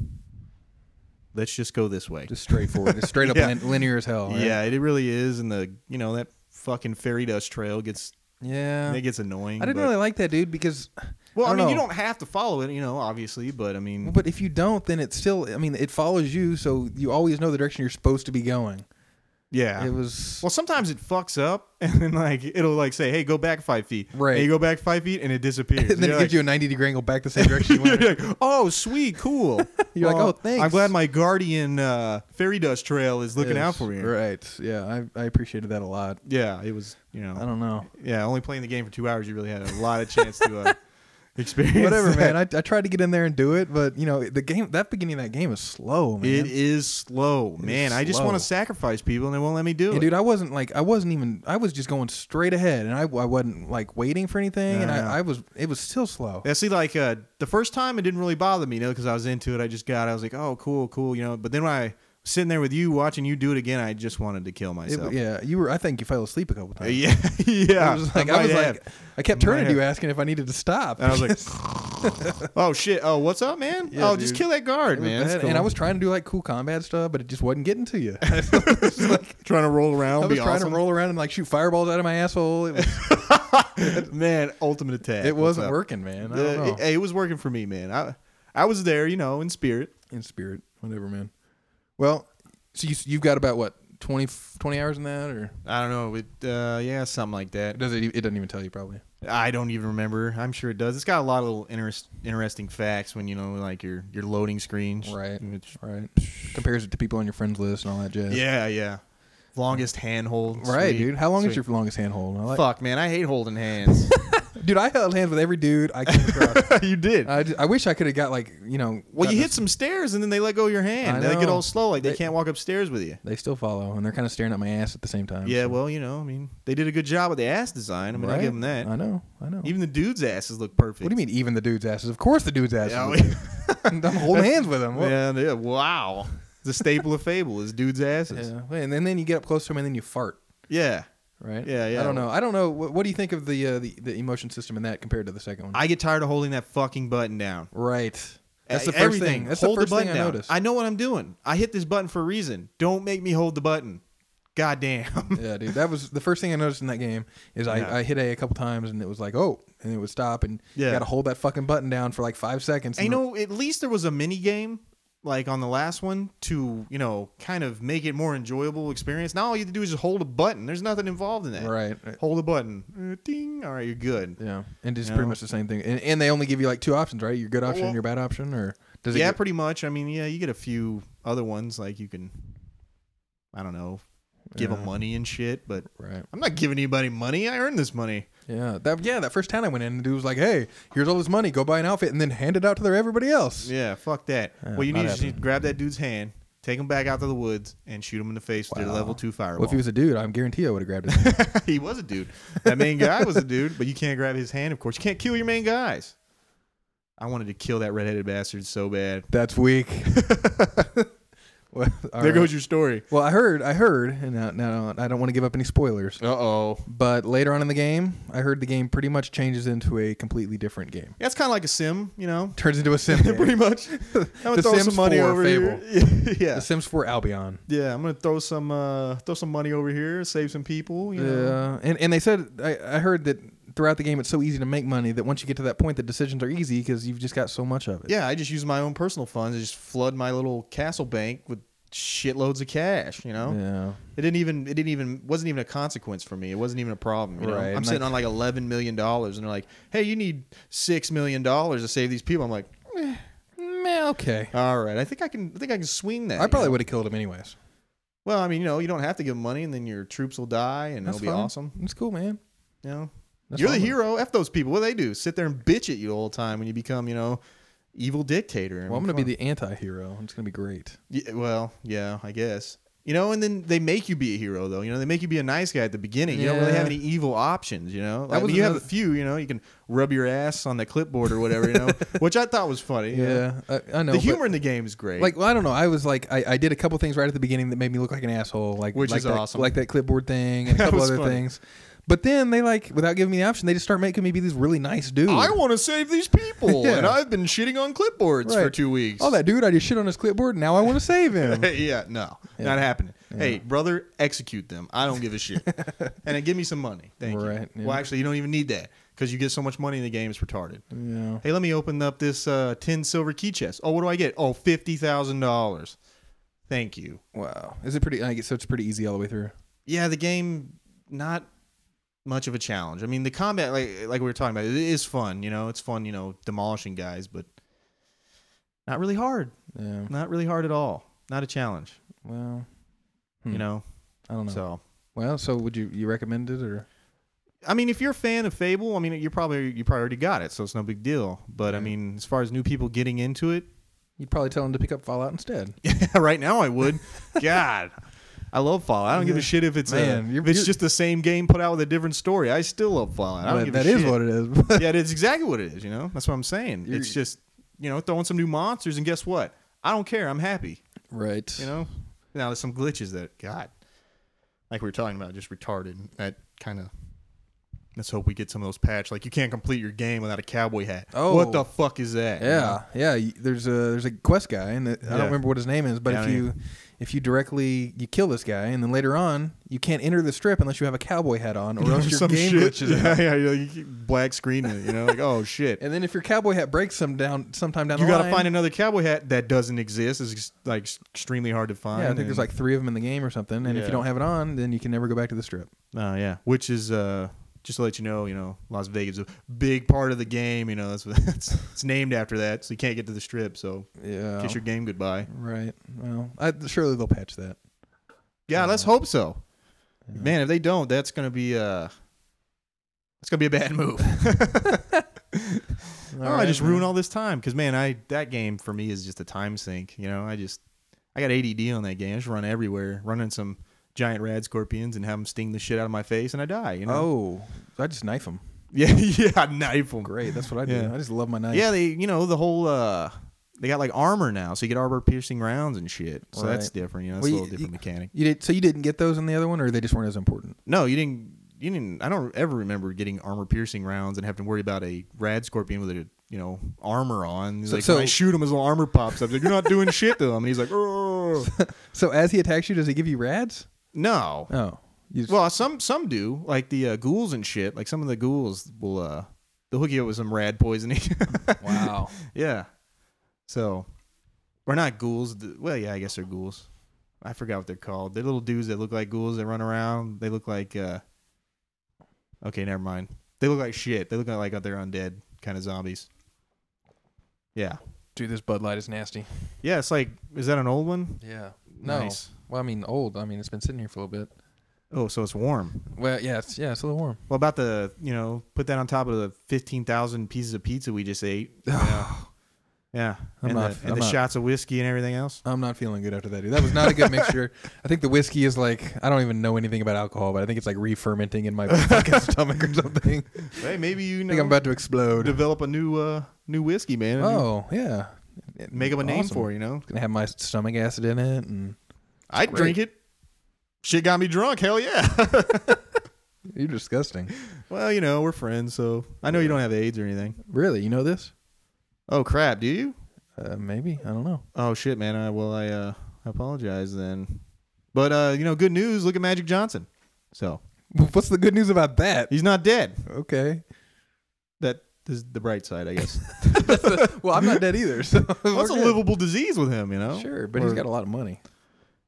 Speaker 3: Let's just go this way.
Speaker 2: just straightforward. it's straight up
Speaker 3: Yeah.
Speaker 2: lin- linear as hell. right?
Speaker 3: Yeah, it really is, and the you know that fucking fairy dust trail gets
Speaker 2: Yeah.
Speaker 3: it gets annoying.
Speaker 2: I didn't
Speaker 3: but-
Speaker 2: really like that dude because
Speaker 3: Well, I,
Speaker 2: I don't
Speaker 3: mean, you
Speaker 2: know.
Speaker 3: don't have to follow it, you know, obviously, but I mean,
Speaker 2: but if you don't then it's still I mean it follows you so you always know the direction you're supposed to be going.
Speaker 3: yeah.
Speaker 2: It was
Speaker 3: well, sometimes it fucks up, and then like it'll like say, "Hey, go back five feet."
Speaker 2: Right.
Speaker 3: And you go back five feet, and it disappears.
Speaker 2: and then it
Speaker 3: You're
Speaker 2: gives you a 90 degree angle back the same direction you went.
Speaker 3: like- you're like, oh, sweet, cool.
Speaker 2: You're like,
Speaker 3: Well,
Speaker 2: "Oh, thanks."
Speaker 3: I'm glad my guardian uh, fairy dust trail is looking out for me.
Speaker 2: Right. Yeah, I, I appreciated that a lot.
Speaker 3: Yeah, it was, you
Speaker 2: I
Speaker 3: know,
Speaker 2: don't know.
Speaker 3: yeah. Only playing the game for two hours, you really had a lot of chance to uh, experience.
Speaker 2: Whatever,
Speaker 3: that.
Speaker 2: man. I, I tried to get in there and do it, but you know the game. That beginning of that game is slow, man.
Speaker 3: It is slow, man. I just
Speaker 2: slow.
Speaker 3: want to sacrifice people, and they won't let me do
Speaker 2: Yeah,
Speaker 3: it.
Speaker 2: dude, I wasn't like I wasn't even I was just going straight ahead, and I, I wasn't like waiting for anything, and
Speaker 3: Yeah.
Speaker 2: I, I was it was still slow.
Speaker 3: Yeah, see, like uh, the first time, it didn't really bother me, you know, because I was into it. I just got, I was like, oh, cool, cool, you know. But then when I sitting there with you watching you do it again, I just wanted to kill
Speaker 2: It-
Speaker 3: myself.
Speaker 2: yeah, you were. I think you fell asleep a couple
Speaker 3: Uh,
Speaker 2: times.
Speaker 3: yeah, yeah.
Speaker 2: I was like,
Speaker 3: I
Speaker 2: I,
Speaker 3: might
Speaker 2: was
Speaker 3: have.
Speaker 2: like, I kept turning to
Speaker 3: have.
Speaker 2: you asking if I needed to stop.
Speaker 3: And I was like,
Speaker 2: because
Speaker 3: oh shit, oh what's up, man?
Speaker 2: Yeah,
Speaker 3: oh, just
Speaker 2: dude.
Speaker 3: kill that guard,
Speaker 2: it was
Speaker 3: man. That's
Speaker 2: bad,
Speaker 3: cool.
Speaker 2: and I was trying to do like cool combat stuff, but it just wasn't getting to you.
Speaker 3: trying to roll around,
Speaker 2: I
Speaker 3: be
Speaker 2: was trying
Speaker 3: awesome.
Speaker 2: to roll around and like shoot fireballs out of my asshole. It, was,
Speaker 3: man. Ultimate attack.
Speaker 2: it
Speaker 3: what's
Speaker 2: wasn't
Speaker 3: up?
Speaker 2: working, man. I
Speaker 3: Uh,
Speaker 2: don't know.
Speaker 3: it- hey, it was working for me, man. I I was there, you know, in spirit.
Speaker 2: in spirit, whatever, man. Well, so you, you've got about what 20, 20 hours in that, or
Speaker 3: I don't know, it, uh, yeah, something like that.
Speaker 2: it doesn't it doesn't even tell you probably.
Speaker 3: I don't even remember. I'm sure it does. It's got a lot of little interest, interesting facts when you know, like your your loading screen.
Speaker 2: Right.
Speaker 3: It's-
Speaker 2: Right, compares it to people on your friends list and all that jazz.
Speaker 3: yeah, yeah. Longest handhold.
Speaker 2: right,
Speaker 3: Sweet.
Speaker 2: dude. How long is
Speaker 3: Sweet.
Speaker 2: your longest handhold? I like,
Speaker 3: fuck, man? I hate holding hands.
Speaker 2: dude. I held hands with every dude I came across.
Speaker 3: you did.
Speaker 2: I, just- I wish I could have got like you know.
Speaker 3: well,
Speaker 2: gotten a-
Speaker 3: you hit some stairs and then they let go of your hand.
Speaker 2: I
Speaker 3: They get
Speaker 2: know.
Speaker 3: all slow, like they,
Speaker 2: They-
Speaker 3: can't walk upstairs with you.
Speaker 2: They still follow, and they're kind of staring at my ass at the same time.
Speaker 3: Yeah,
Speaker 2: so-
Speaker 3: well, you know, I mean, they did a good job with the ass design. I mean, I
Speaker 2: Right?
Speaker 3: give them that.
Speaker 2: I know. I know.
Speaker 3: Even the dude's asses look perfect.
Speaker 2: what do you mean? Even the dude's asses? Of course, the dude's asses.
Speaker 3: Yeah,
Speaker 2: look good. I'm holding hands with them.
Speaker 3: Yeah, yeah, wow. The staple of Fable is dude's asses.
Speaker 2: yeah. And then, then you get up close to them, and then you fart.
Speaker 3: yeah.
Speaker 2: right?
Speaker 3: Yeah, yeah.
Speaker 2: I don't know. I don't know. What, what do you think of the, uh, the the emotion system in that compared to the second one?
Speaker 3: I get tired of holding that fucking button down. E-
Speaker 2: right. That's the first
Speaker 3: Everything.
Speaker 2: thing. That's
Speaker 3: hold
Speaker 2: the first
Speaker 3: button
Speaker 2: thing I
Speaker 3: down.
Speaker 2: noticed.
Speaker 3: I know what I'm doing. I hit this button for a reason. Don't make me hold the button. God damn.
Speaker 2: yeah, dude. That was the first thing I noticed in that game is I,
Speaker 3: Yeah.
Speaker 2: I hit A a couple times and it was like oh, and it would stop and
Speaker 3: Yeah.
Speaker 2: you got to hold that fucking button down for like five seconds.
Speaker 3: I
Speaker 2: and-
Speaker 3: know at least there was a mini game like on the last one to, you know, kind of make it more enjoyable experience. Now all you have to do is just hold a button. There's nothing involved in that.
Speaker 2: right?
Speaker 3: Hold a button. Uh, ding. All right, you're good.
Speaker 2: Yeah, and it's
Speaker 3: You know?
Speaker 2: pretty much the same thing. And, and they only give you like two options, right? Your good option
Speaker 3: Well-
Speaker 2: and your bad option, or does it?
Speaker 3: yeah,
Speaker 2: get-
Speaker 3: pretty much. I mean, yeah, you get a few other ones like you can I don't know, give
Speaker 2: Yeah.
Speaker 3: them money and shit, but
Speaker 2: Right.
Speaker 3: I'm not giving anybody money. I earned this money.
Speaker 2: Yeah. That yeah, that first town I went in, the dude was like, Hey, here's all this money, go buy an outfit and then hand it out to their everybody else.
Speaker 3: Yeah, fuck that.
Speaker 2: Yeah,
Speaker 3: what you
Speaker 2: not
Speaker 3: need is you
Speaker 2: happening.
Speaker 3: need to grab that dude's hand, take him back out to the woods, and shoot him in the face with
Speaker 2: Wow.
Speaker 3: your level two fireball.
Speaker 2: Well, if he was a dude, I'm guarantee I would have grabbed his hand.
Speaker 3: he was a dude. That main guy was a dude, but you can't grab his hand. Of course, you can't kill your main guys. I wanted to kill that redheaded bastard so bad.
Speaker 2: That's weak. well, all
Speaker 3: there
Speaker 2: right.
Speaker 3: goes your story.
Speaker 2: Well, I heard, I heard, and now, now I don't want to give up any spoilers,
Speaker 3: Uh oh.
Speaker 2: but later on in the game, I heard the game pretty much changes into a completely different game.
Speaker 3: That's kind of like a sim, you know.
Speaker 2: Turns into a sim. game.
Speaker 3: Pretty much. I'm gonna
Speaker 2: The
Speaker 3: throw
Speaker 2: Sims
Speaker 3: some money
Speaker 2: 4
Speaker 3: over here. yeah.
Speaker 2: The Sims 4 Albion.
Speaker 3: Yeah, I'm gonna throw some uh throw some money over here, save some people. You know?
Speaker 2: Yeah, and and they said I, I heard that throughout the game it's so easy to make money that once you get to that point the decisions are easy because you've just got so much of it.
Speaker 3: Yeah, I just use my own personal funds and just flood my little castle bank with shitloads of cash. You know,
Speaker 2: Yeah.
Speaker 3: it didn't even it didn't even wasn't even a consequence for me. It wasn't even a problem. You know?
Speaker 2: Right,
Speaker 3: I'm
Speaker 2: and
Speaker 3: sitting
Speaker 2: like-
Speaker 3: on like eleven million dollars, and they're like, "Hey, you need six million dollars to save these people." I'm like, "Eh,
Speaker 2: Meh, okay.
Speaker 3: "All right, I think I can. I think I can swing that."
Speaker 2: I
Speaker 3: you
Speaker 2: probably
Speaker 3: know?
Speaker 2: would have killed him anyways.
Speaker 3: Well, I mean, you know, you don't have to give them money, and then your troops will die, and
Speaker 2: That's
Speaker 3: it'll be
Speaker 2: fine.
Speaker 3: awesome.
Speaker 2: It's cool, man.
Speaker 3: You know,
Speaker 2: That's
Speaker 3: you're the
Speaker 2: fine.
Speaker 3: hero. F those people. What do they do? Sit there and bitch at you the whole time when you become, you know, evil dictator. I
Speaker 2: Well, I'm
Speaker 3: mean,
Speaker 2: gonna
Speaker 3: come
Speaker 2: be the anti-hero. It's gonna be great.
Speaker 3: Yeah, well, yeah, I guess. You know, and then they make you be a hero, though. You know, they make you be a nice guy at the beginning. You don't really
Speaker 2: Yeah.
Speaker 3: have any evil options. You know,
Speaker 2: That
Speaker 3: I mean,
Speaker 2: was
Speaker 3: you have a
Speaker 2: another-
Speaker 3: few. You know, you can rub your ass on the clipboard or whatever. You know, which I thought was funny. you know.
Speaker 2: Yeah, I, I know.
Speaker 3: the
Speaker 2: but-
Speaker 3: humor in the game is great.
Speaker 2: like, well, I don't know. I was like, I, I did a couple things right at the beginning that made me look like an asshole, like
Speaker 3: Which
Speaker 2: like
Speaker 3: is
Speaker 2: that,
Speaker 3: awesome.
Speaker 2: like that clipboard thing and a
Speaker 3: That
Speaker 2: couple
Speaker 3: was
Speaker 2: other
Speaker 3: funny.
Speaker 2: things. But then they like, without giving me the option, they just start making me be this really nice dude.
Speaker 3: I want to save these people,
Speaker 2: Yeah.
Speaker 3: and I've been shitting on clipboards for
Speaker 2: Right.
Speaker 3: two weeks.
Speaker 2: Oh, that dude! I just shit on his clipboard. Now I want to save him.
Speaker 3: yeah, no, not happening. Hey, brother, execute them. I don't give a shit. and then give me some money. Thank
Speaker 2: Right,
Speaker 3: you.
Speaker 2: yeah.
Speaker 3: Well, actually, you don't even need that because you get so much money in the game, it's retarded.
Speaker 2: Yeah.
Speaker 3: Hey, let me open up this uh, 10 silver key chest. Oh, what do I get? Oh, $50,000. Thank you.
Speaker 2: Wow. Is it pretty? I guess so. It's pretty easy all the way through.
Speaker 3: Yeah, the game, not much of a challenge. I mean, the combat, like, like we were talking about, it is fun. You know, it's fun, you know, demolishing guys, but not really hard.
Speaker 2: Yeah.
Speaker 3: Not really hard at all. Not a challenge,
Speaker 2: Well,
Speaker 3: you
Speaker 2: Hmm.
Speaker 3: know?
Speaker 2: I don't know.
Speaker 3: So.
Speaker 2: well, so would you you recommend it or?
Speaker 3: I mean, if you're a fan of Fable, I mean, you probably you probably already got it, so it's no big deal. But I mean, as far as new people getting into it,
Speaker 2: You'd probably tell him to pick up Fallout instead.
Speaker 3: right now I would. God, I love Fallout. I don't give a shit if it's
Speaker 2: Man,
Speaker 3: a,
Speaker 2: you're-
Speaker 3: if it's
Speaker 2: you're-
Speaker 3: just the same game put out with a different story. I still love Fallout. I don't
Speaker 2: But
Speaker 3: give
Speaker 2: That
Speaker 3: a
Speaker 2: is
Speaker 3: shit.
Speaker 2: what it is.
Speaker 3: yeah, it's exactly what it is. You know, that's what I'm saying.
Speaker 2: You're-
Speaker 3: It's just you know throwing some new monsters, and guess what? I don't care. I'm happy.
Speaker 2: right.
Speaker 3: You know. Now there's some glitches that God, like we were talking about, just retarded. That kind of. Let's hope we get some of those patch. Like you can't complete your game without a cowboy hat.
Speaker 2: Oh.
Speaker 3: what the fuck is that?
Speaker 2: Yeah, yeah. y- There's a there's a quest guy, and it- I
Speaker 3: Yeah.
Speaker 2: don't remember what his name is. But
Speaker 3: Yeah, I
Speaker 2: if
Speaker 3: don't
Speaker 2: you if you directly you kill this guy, and then later on you can't enter the strip unless you have a cowboy hat on, or
Speaker 3: You know?
Speaker 2: else your
Speaker 3: Some
Speaker 2: game
Speaker 3: shit.
Speaker 2: glitches out.
Speaker 3: Yeah, yeah, yeah, you keep black screening it. You know, like oh shit.
Speaker 2: And then if your cowboy hat breaks some down sometime down
Speaker 3: you
Speaker 2: the
Speaker 3: got
Speaker 2: line,
Speaker 3: to find another cowboy hat that doesn't exist. It's ex- like s- extremely hard to find.
Speaker 2: Yeah, I think there's
Speaker 3: and-
Speaker 2: like three of them in the game or something. And if
Speaker 3: Yeah.
Speaker 2: you don't have it on, then you can never go back to the strip.
Speaker 3: Oh yeah, which is uh, just to let you know, you know, Las Vegas is a big part of the game. You know, that's what it's, it's named after that, so you can't get to the strip. So
Speaker 2: Yeah.
Speaker 3: kiss your game goodbye.
Speaker 2: Right. Well, I, surely they'll patch that.
Speaker 3: Yeah, let's hope so. Man, if they don't, that's gonna be uh, that's gonna be a bad move.
Speaker 2: All
Speaker 3: oh, I
Speaker 2: right,
Speaker 3: just ruin
Speaker 2: man.
Speaker 3: all this time because man, I that game for me is just a time sink. You know, I just I got ADD on that game. I just run everywhere, running some giant rad scorpions and have them sting the shit out of my face, and I die. You know,
Speaker 2: Oh, so I just knife them.
Speaker 3: yeah, yeah, I knife them.
Speaker 2: Great. That's what I do.
Speaker 3: Yeah.
Speaker 2: I just love my knife.
Speaker 3: Yeah, they you know the whole uh they got like armor now, so you get armor piercing rounds and shit. So that's
Speaker 2: Right.
Speaker 3: different, you know,
Speaker 2: Well,
Speaker 3: that's a
Speaker 2: you-
Speaker 3: little different
Speaker 2: you-
Speaker 3: mechanic.
Speaker 2: You did. So you didn't get those in the other one, or they just weren't as important?
Speaker 3: No, you didn't you didn't I don't ever remember getting armor piercing rounds and have to worry about a rad scorpion with a you know, armor on. He's
Speaker 2: So-
Speaker 3: like when I
Speaker 2: so-
Speaker 3: shoot him his little armor pops up. He's Like, You're not doing shit to him and he's like, "Oh."
Speaker 2: So as he attacks you, does he give you rads?
Speaker 3: No.
Speaker 2: Oh, you just,
Speaker 3: Well, some some do. Like the uh, ghouls and shit. Like some of the ghouls will uh they'll hook you up with some rad poisoning.
Speaker 2: wow.
Speaker 3: Yeah. So, we're not ghouls. th- Well, yeah, I guess they're ghouls. I forgot what they're called. They're little dudes that look like ghouls that run around. They look like. uh Okay, never mind. They look like shit. They look like they're undead kind of zombies. Yeah.
Speaker 2: Dude, this Bud Light is nasty.
Speaker 3: Yeah, it's like. Is that an old one?
Speaker 2: Yeah. No.
Speaker 3: Nice.
Speaker 2: Well, I mean, old. I mean, it's been sitting here for a little bit.
Speaker 3: Oh, so it's warm.
Speaker 2: Well, yeah, it's, yeah, it's a little warm.
Speaker 3: Well, about the you know, put that on top of the fifteen thousand pieces of pizza we just ate. you know. yeah,
Speaker 2: I'm
Speaker 3: and
Speaker 2: not-
Speaker 3: the, and
Speaker 2: I'm
Speaker 3: the
Speaker 2: not-
Speaker 3: shots of whiskey and everything else.
Speaker 2: I'm not feeling good after that. Dude. That was not a good mixture. I think the whiskey is like I don't even know anything about alcohol, but I think it's like re-fermenting in my fucking stomach or something. I
Speaker 3: Hey, maybe you know,
Speaker 2: think I'm about to explode.
Speaker 3: develop a new uh new whiskey, man. and
Speaker 2: Oh yeah,
Speaker 3: make up a name for it. You know,
Speaker 2: It's gonna have my stomach acid in it, and
Speaker 3: I'd
Speaker 2: great.
Speaker 3: drink it. Shit got me drunk. Hell yeah.
Speaker 2: you're disgusting.
Speaker 3: well, you know, we're friends, so I know you don't have AIDS or anything.
Speaker 2: Really, you know this?
Speaker 3: Oh crap, do you?
Speaker 2: Uh, maybe I don't know.
Speaker 3: Oh shit, man. I, well, I uh, I apologize then. But uh, you know, good news. Look at Magic Johnson. So
Speaker 2: What's the good news about that?
Speaker 3: he's not dead.
Speaker 2: Okay.
Speaker 3: That is the bright side, I guess.
Speaker 2: well, I'm not dead either. So
Speaker 3: That's a livable disease with him, you know.
Speaker 2: Sure, but he's
Speaker 3: Or-
Speaker 2: got a lot of money.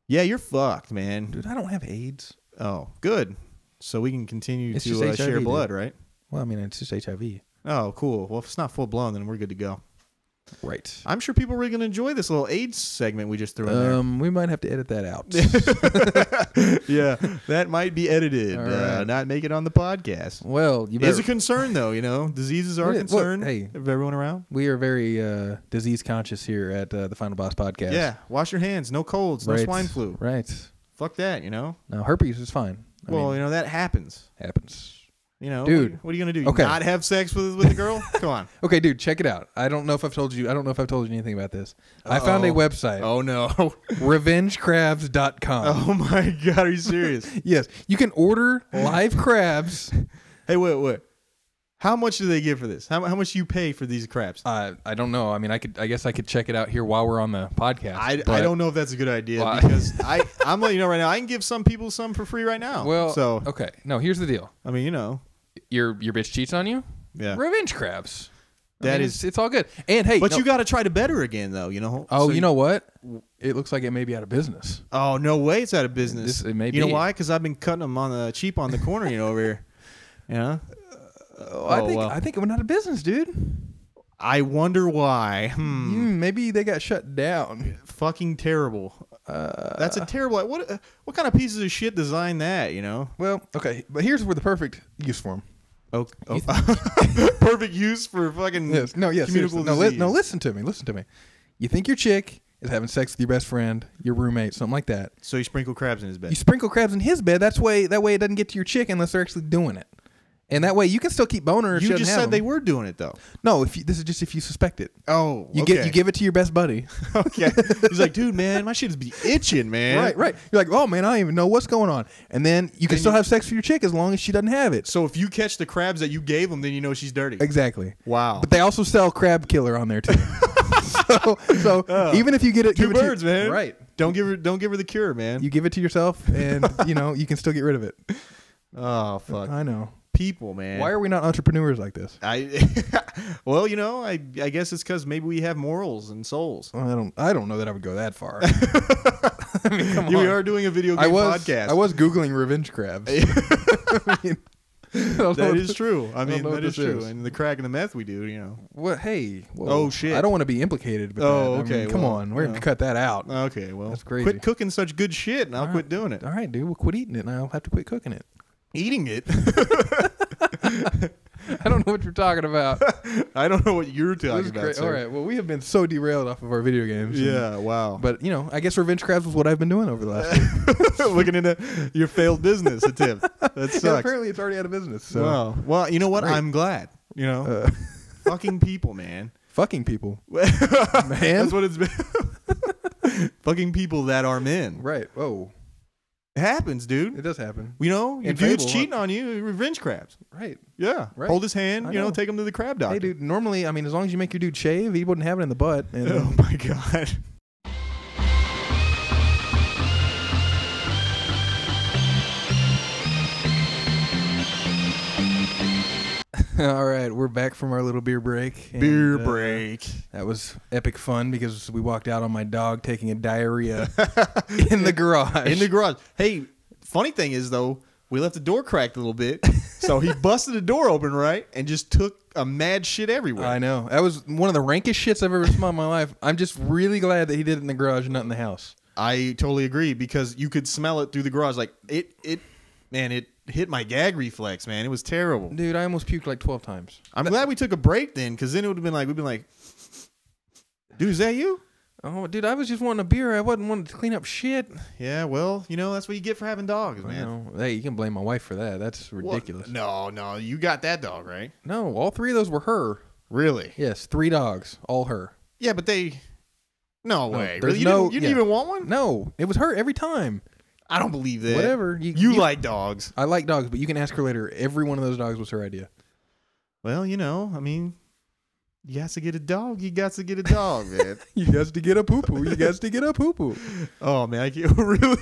Speaker 3: Yeah, you're fucked, man.
Speaker 2: Dude, I don't have AIDS.
Speaker 3: Oh, good. So we can continue
Speaker 2: It's just
Speaker 3: to
Speaker 2: HIV,
Speaker 3: uh, share
Speaker 2: dude.
Speaker 3: blood, right?
Speaker 2: Well, I mean, it's just HIV.
Speaker 3: Oh, cool. Well, if it's not full blown, then we're good to go.
Speaker 2: Right.
Speaker 3: I'm sure people are really gonna enjoy this little AIDS segment we just threw in there.
Speaker 2: Um, we might have to edit that out.
Speaker 3: yeah, that might be edited,
Speaker 2: All
Speaker 3: uh,
Speaker 2: right.
Speaker 3: not make it on the podcast.
Speaker 2: well, you
Speaker 3: It's
Speaker 2: better,
Speaker 3: a concern, though. You know, diseases are a
Speaker 2: It is. Look,
Speaker 3: concern
Speaker 2: hey.
Speaker 3: of everyone around.
Speaker 2: we are very uh, disease conscious here at uh, the Final Boss Podcast.
Speaker 3: Yeah, wash your hands. No colds. No
Speaker 2: Right.
Speaker 3: swine flu.
Speaker 2: Right.
Speaker 3: Fuck that. You know.
Speaker 2: Now herpes is fine. I
Speaker 3: well,
Speaker 2: mean,
Speaker 3: you know that happens.
Speaker 2: happens.
Speaker 3: You know,
Speaker 2: Dude.
Speaker 3: What, are you gonna do?
Speaker 2: Okay.
Speaker 3: Not have sex with with a girl? Come on.
Speaker 2: Okay, dude, check it out. I don't know if I've told you. I don't know if I've told you anything about this. I found a
Speaker 3: Uh-oh.
Speaker 2: website,
Speaker 3: Oh no.
Speaker 2: revengecrabs.com.
Speaker 3: oh my god. Are you serious?
Speaker 2: Yes, you can order live crabs.
Speaker 3: hey, wait, wait. How much do they get for this? How, how much you pay for these crabs?
Speaker 2: Uh, I don't know. I mean, I could. I guess I could check it out here while we're on the podcast.
Speaker 3: I, I
Speaker 2: but-
Speaker 3: don't know if that's a good idea
Speaker 2: Why?
Speaker 3: because I I'm letting you know right now I can give some people some for free right now.
Speaker 2: Well,
Speaker 3: so
Speaker 2: okay. No, here's the deal.
Speaker 3: I mean you know
Speaker 2: Your your bitch cheats on you.
Speaker 3: yeah.
Speaker 2: Revenge crabs. I
Speaker 3: That
Speaker 2: mean,
Speaker 3: is-
Speaker 2: it's, it's all good. And hey,
Speaker 3: But
Speaker 2: no-
Speaker 3: you got to try to better again though. You know.
Speaker 2: Oh,
Speaker 3: So
Speaker 2: you know what? It looks like it may be out of business.
Speaker 3: Oh no way! It's out of business.
Speaker 2: This- it may
Speaker 3: you know
Speaker 2: be.
Speaker 3: why? Because I've been cutting them on the cheap on the corner, you know, over here. Yeah.
Speaker 2: Oh, I think
Speaker 3: well. Hmm.
Speaker 2: I think it went out of business, dude.
Speaker 3: I wonder why. Hmm.
Speaker 2: Mm, maybe they got shut down.
Speaker 3: Fucking terrible. That's a terrible. What uh, what kind of pieces of shit designed that? You know.
Speaker 2: Well, okay, but here's where the perfect use for them.
Speaker 3: Oh, oh. perfect use for fucking
Speaker 2: Yes, no, yes, seriously.
Speaker 3: communicable
Speaker 2: no, li-
Speaker 3: Mm, disease.
Speaker 2: no. Listen to me, listen to me. You think your chick is having sex with your best friend, your roommate, something like that.
Speaker 3: So you sprinkle crabs in his
Speaker 2: You
Speaker 3: bed.
Speaker 2: sprinkle crabs in his bed. That's way that way it doesn't get to your chick unless they're actually doing it. And that way you can still keep boner. If
Speaker 3: You,
Speaker 2: she doesn't
Speaker 3: just
Speaker 2: have
Speaker 3: said they
Speaker 2: them.
Speaker 3: were doing it though.
Speaker 2: No, if you, this is just if you suspect it.
Speaker 3: Oh,
Speaker 2: You get you give it to your best buddy.
Speaker 3: okay. He's like, dude, man, my shit is be itching, man.
Speaker 2: Right, right. You're like, oh man, I don't even know what's going on. And then you can
Speaker 3: Then
Speaker 2: still
Speaker 3: you-
Speaker 2: have sex with your chick as long as she doesn't have it.
Speaker 3: So if you catch the crabs that you gave him, then you know she's dirty.
Speaker 2: Exactly.
Speaker 3: Wow.
Speaker 2: But they also sell crab killer on there too. so so even if you get it,
Speaker 3: Oh. Two
Speaker 2: give it to-
Speaker 3: birds, man.
Speaker 2: Right.
Speaker 3: Don't give her. Don't give her the cure, man.
Speaker 2: You give it to yourself, and you know you can still get rid of it.
Speaker 3: oh fuck,
Speaker 2: I know.
Speaker 3: people, man.
Speaker 2: Uh, Why are we not entrepreneurs like this?
Speaker 3: I? well, you know, I I guess it's because maybe we have morals and souls.
Speaker 2: I don't. I don't know that I would go that far. I mean, come
Speaker 3: You
Speaker 2: on.
Speaker 3: are doing a video game
Speaker 2: I was.
Speaker 3: podcast.
Speaker 2: I was googling revenge crabs. I mean, I don't know
Speaker 3: That
Speaker 2: what
Speaker 3: is
Speaker 2: this-
Speaker 3: true. I
Speaker 2: don't
Speaker 3: mean,
Speaker 2: know what
Speaker 3: that is
Speaker 2: this
Speaker 3: true.
Speaker 2: is.
Speaker 3: And the crack and the meth we do, you know.
Speaker 2: What? Hey. whoa.
Speaker 3: Oh, shit.
Speaker 2: I don't want to be implicated. But
Speaker 3: Oh,
Speaker 2: that. I mean,
Speaker 3: okay,
Speaker 2: come
Speaker 3: well, Uh,
Speaker 2: on. We're
Speaker 3: no.
Speaker 2: gonna cut that out.
Speaker 3: Okay, well,
Speaker 2: That's crazy.
Speaker 3: quit cooking such good shit, and I'll quit doing it.
Speaker 2: All right, dude. We'll quit eating it, and I'll have to quit cooking it.
Speaker 3: Eating it.
Speaker 2: I don't know what you're talking about.
Speaker 3: I don't know what you're
Speaker 2: This
Speaker 3: talking
Speaker 2: is
Speaker 3: about.
Speaker 2: great.
Speaker 3: sir.
Speaker 2: All right. Well, we have been so derailed off of our video games. and-
Speaker 3: Yeah. Wow.
Speaker 2: but you know, I guess revenge crabs was what I've been doing over the last. week.
Speaker 3: looking into your failed business attempt. That
Speaker 2: And
Speaker 3: sucks.
Speaker 2: apparently, it's already out of business. So,
Speaker 3: wow. Well, you know what?
Speaker 2: Great.
Speaker 3: I'm glad. You know,
Speaker 2: uh,
Speaker 3: fucking people, man.
Speaker 2: fucking people,
Speaker 3: That's
Speaker 2: man.
Speaker 3: what it's been. fucking people that are men.
Speaker 2: right. Oh,
Speaker 3: It happens, dude.
Speaker 2: it does happen.
Speaker 3: You know, your
Speaker 2: And Fable,
Speaker 3: dude's
Speaker 2: huh?
Speaker 3: cheating on you. Revenge crabs.
Speaker 2: Right.
Speaker 3: Yeah.
Speaker 2: Right.
Speaker 3: Hold his hand.
Speaker 2: I
Speaker 3: You know,
Speaker 2: know.
Speaker 3: take him to the crab doctor.
Speaker 2: Hey, dude. Normally, I mean, as long as you make your dude shave, he wouldn't have it in the butt. And
Speaker 3: Oh my god.
Speaker 2: all right, we're back from our little beer break. and,
Speaker 3: Beer
Speaker 2: uh,
Speaker 3: break.
Speaker 2: That was epic fun because we walked out on my dog taking a diarrhea in the garage.
Speaker 3: In the garage. Hey, funny thing is though, we left the door cracked a little bit, so he busted the door open right and just took a mad shit everywhere.
Speaker 2: I know. That was one of the rankest shits I've ever smelled in my life. I'm just really glad that he did it in the garage and not in the house.
Speaker 3: I totally agree because you could smell it through the garage. Like it, it, man, it hit my gag reflex. Man, it was terrible.
Speaker 2: Dude, I almost puked like 12 times.
Speaker 3: I'm glad we took a break then, because then it would have been like we'd been like, dude, is that you?
Speaker 2: Oh, dude, I was just wanting a beer. I wasn't wanting to clean up shit.
Speaker 3: Yeah, well, you know that's what you get for having dogs,
Speaker 2: You
Speaker 3: man.
Speaker 2: know, hey, you can blame my wife for that. That's
Speaker 3: Well,
Speaker 2: ridiculous.
Speaker 3: Oh, No, no, you got that dog right.
Speaker 2: No, all three of those were her.
Speaker 3: Really?
Speaker 2: Yes, three dogs, all her.
Speaker 3: Yeah, but they. No way.
Speaker 2: there's
Speaker 3: really? You,
Speaker 2: no-
Speaker 3: didn't, you didn't
Speaker 2: yeah.
Speaker 3: even want one?
Speaker 2: No, it was her every time.
Speaker 3: I don't believe that.
Speaker 2: Whatever. You-
Speaker 3: You,
Speaker 2: you-
Speaker 3: like dogs.
Speaker 2: I like dogs, but you can ask her later. Every one of those dogs was her idea.
Speaker 3: Well, you know, I mean, you got to get a dog. You got to get a dog, man.
Speaker 2: You guys to get a poo poo. You guys to get a poo poo.
Speaker 3: oh, man. I can't, really?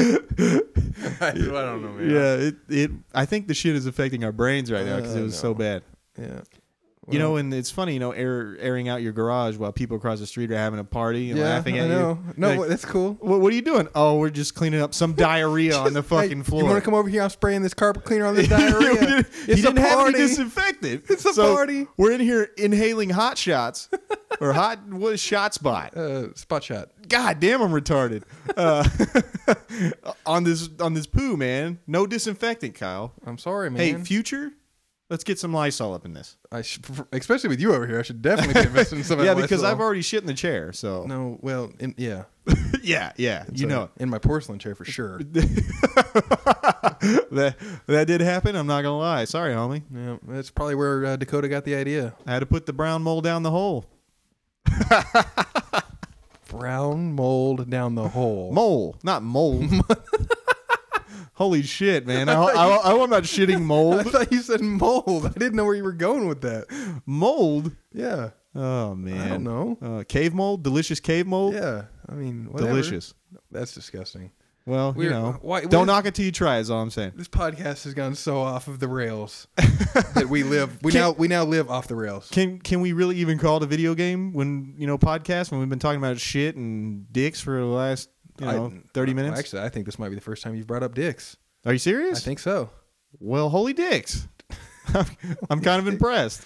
Speaker 2: I don't know,
Speaker 3: yeah, it, it. I think the shit is affecting our brains right now because it
Speaker 2: Uh,
Speaker 3: was
Speaker 2: no.
Speaker 3: so bad.
Speaker 2: Yeah.
Speaker 3: you know, and it's funny, you know, air, airing out your garage while people across the street are having a party and
Speaker 2: yeah,
Speaker 3: laughing at
Speaker 2: I know.
Speaker 3: you.
Speaker 2: No,
Speaker 3: Like,
Speaker 2: well, that's cool.
Speaker 3: what, what are you doing? Oh, we're just cleaning up some diarrhea on the fucking
Speaker 2: Hey,
Speaker 3: floor.
Speaker 2: You want to come over here? I'm spraying this carpet cleaner on this
Speaker 3: Yeah,
Speaker 2: diarrhea.
Speaker 3: we didn't- he
Speaker 2: it's a
Speaker 3: didn't have any
Speaker 2: party.
Speaker 3: disinfectant.
Speaker 2: It's a
Speaker 3: So,
Speaker 2: party.
Speaker 3: We're in here inhaling hot shots or hot what is shot spot.
Speaker 2: uh, spot shot.
Speaker 3: God damn, I'm retarded. Uh, on this on this poo, man. No disinfectant, Kyle.
Speaker 2: I'm sorry, man.
Speaker 3: Hey, future, let's get some Lysol up in this.
Speaker 2: I sh- especially with you over here, I should definitely be investing in some of
Speaker 3: yeah,
Speaker 2: that
Speaker 3: because
Speaker 2: Lysol.
Speaker 3: I've already shit in the chair. So
Speaker 2: No, well, in, yeah,
Speaker 3: yeah, yeah, you
Speaker 2: So,
Speaker 3: know it.
Speaker 2: in my porcelain chair for sure.
Speaker 3: that that did happen. I'm not gonna lie. Sorry, homie.
Speaker 2: Yeah, that's probably where uh, Dakota got the idea.
Speaker 3: I had to put the brown mold down the hole.
Speaker 2: Brown mold down the hole.
Speaker 3: Mole, not mold. Holy shit, man! I, I, I, hope I'm not shitting
Speaker 2: I
Speaker 3: mold.
Speaker 2: thought you said mold. I didn't know where you were going with that.
Speaker 3: Mold.
Speaker 2: Yeah,
Speaker 3: Oh man,
Speaker 2: I don't know.
Speaker 3: Uh, cave mold, delicious cave mold.
Speaker 2: Yeah, I mean, whatever.
Speaker 3: delicious.
Speaker 2: That's disgusting.
Speaker 3: Well,
Speaker 2: We're-
Speaker 3: you know,
Speaker 2: why-
Speaker 3: don't
Speaker 2: we're-
Speaker 3: knock it till you try. Is all I'm saying.
Speaker 2: This podcast has gone so off of the rails that we live. We
Speaker 3: Can-
Speaker 2: now we now live off the rails.
Speaker 3: Can can we really even call it a video game when you know podcast when we've been talking about shit and dicks for the last you
Speaker 2: I-
Speaker 3: know thirty minutes?
Speaker 2: Actually, I think this might be the first time you've brought up dicks.
Speaker 3: Are you
Speaker 2: I
Speaker 3: serious?
Speaker 2: think so.
Speaker 3: Well, holy dicks. I'm kind of impressed.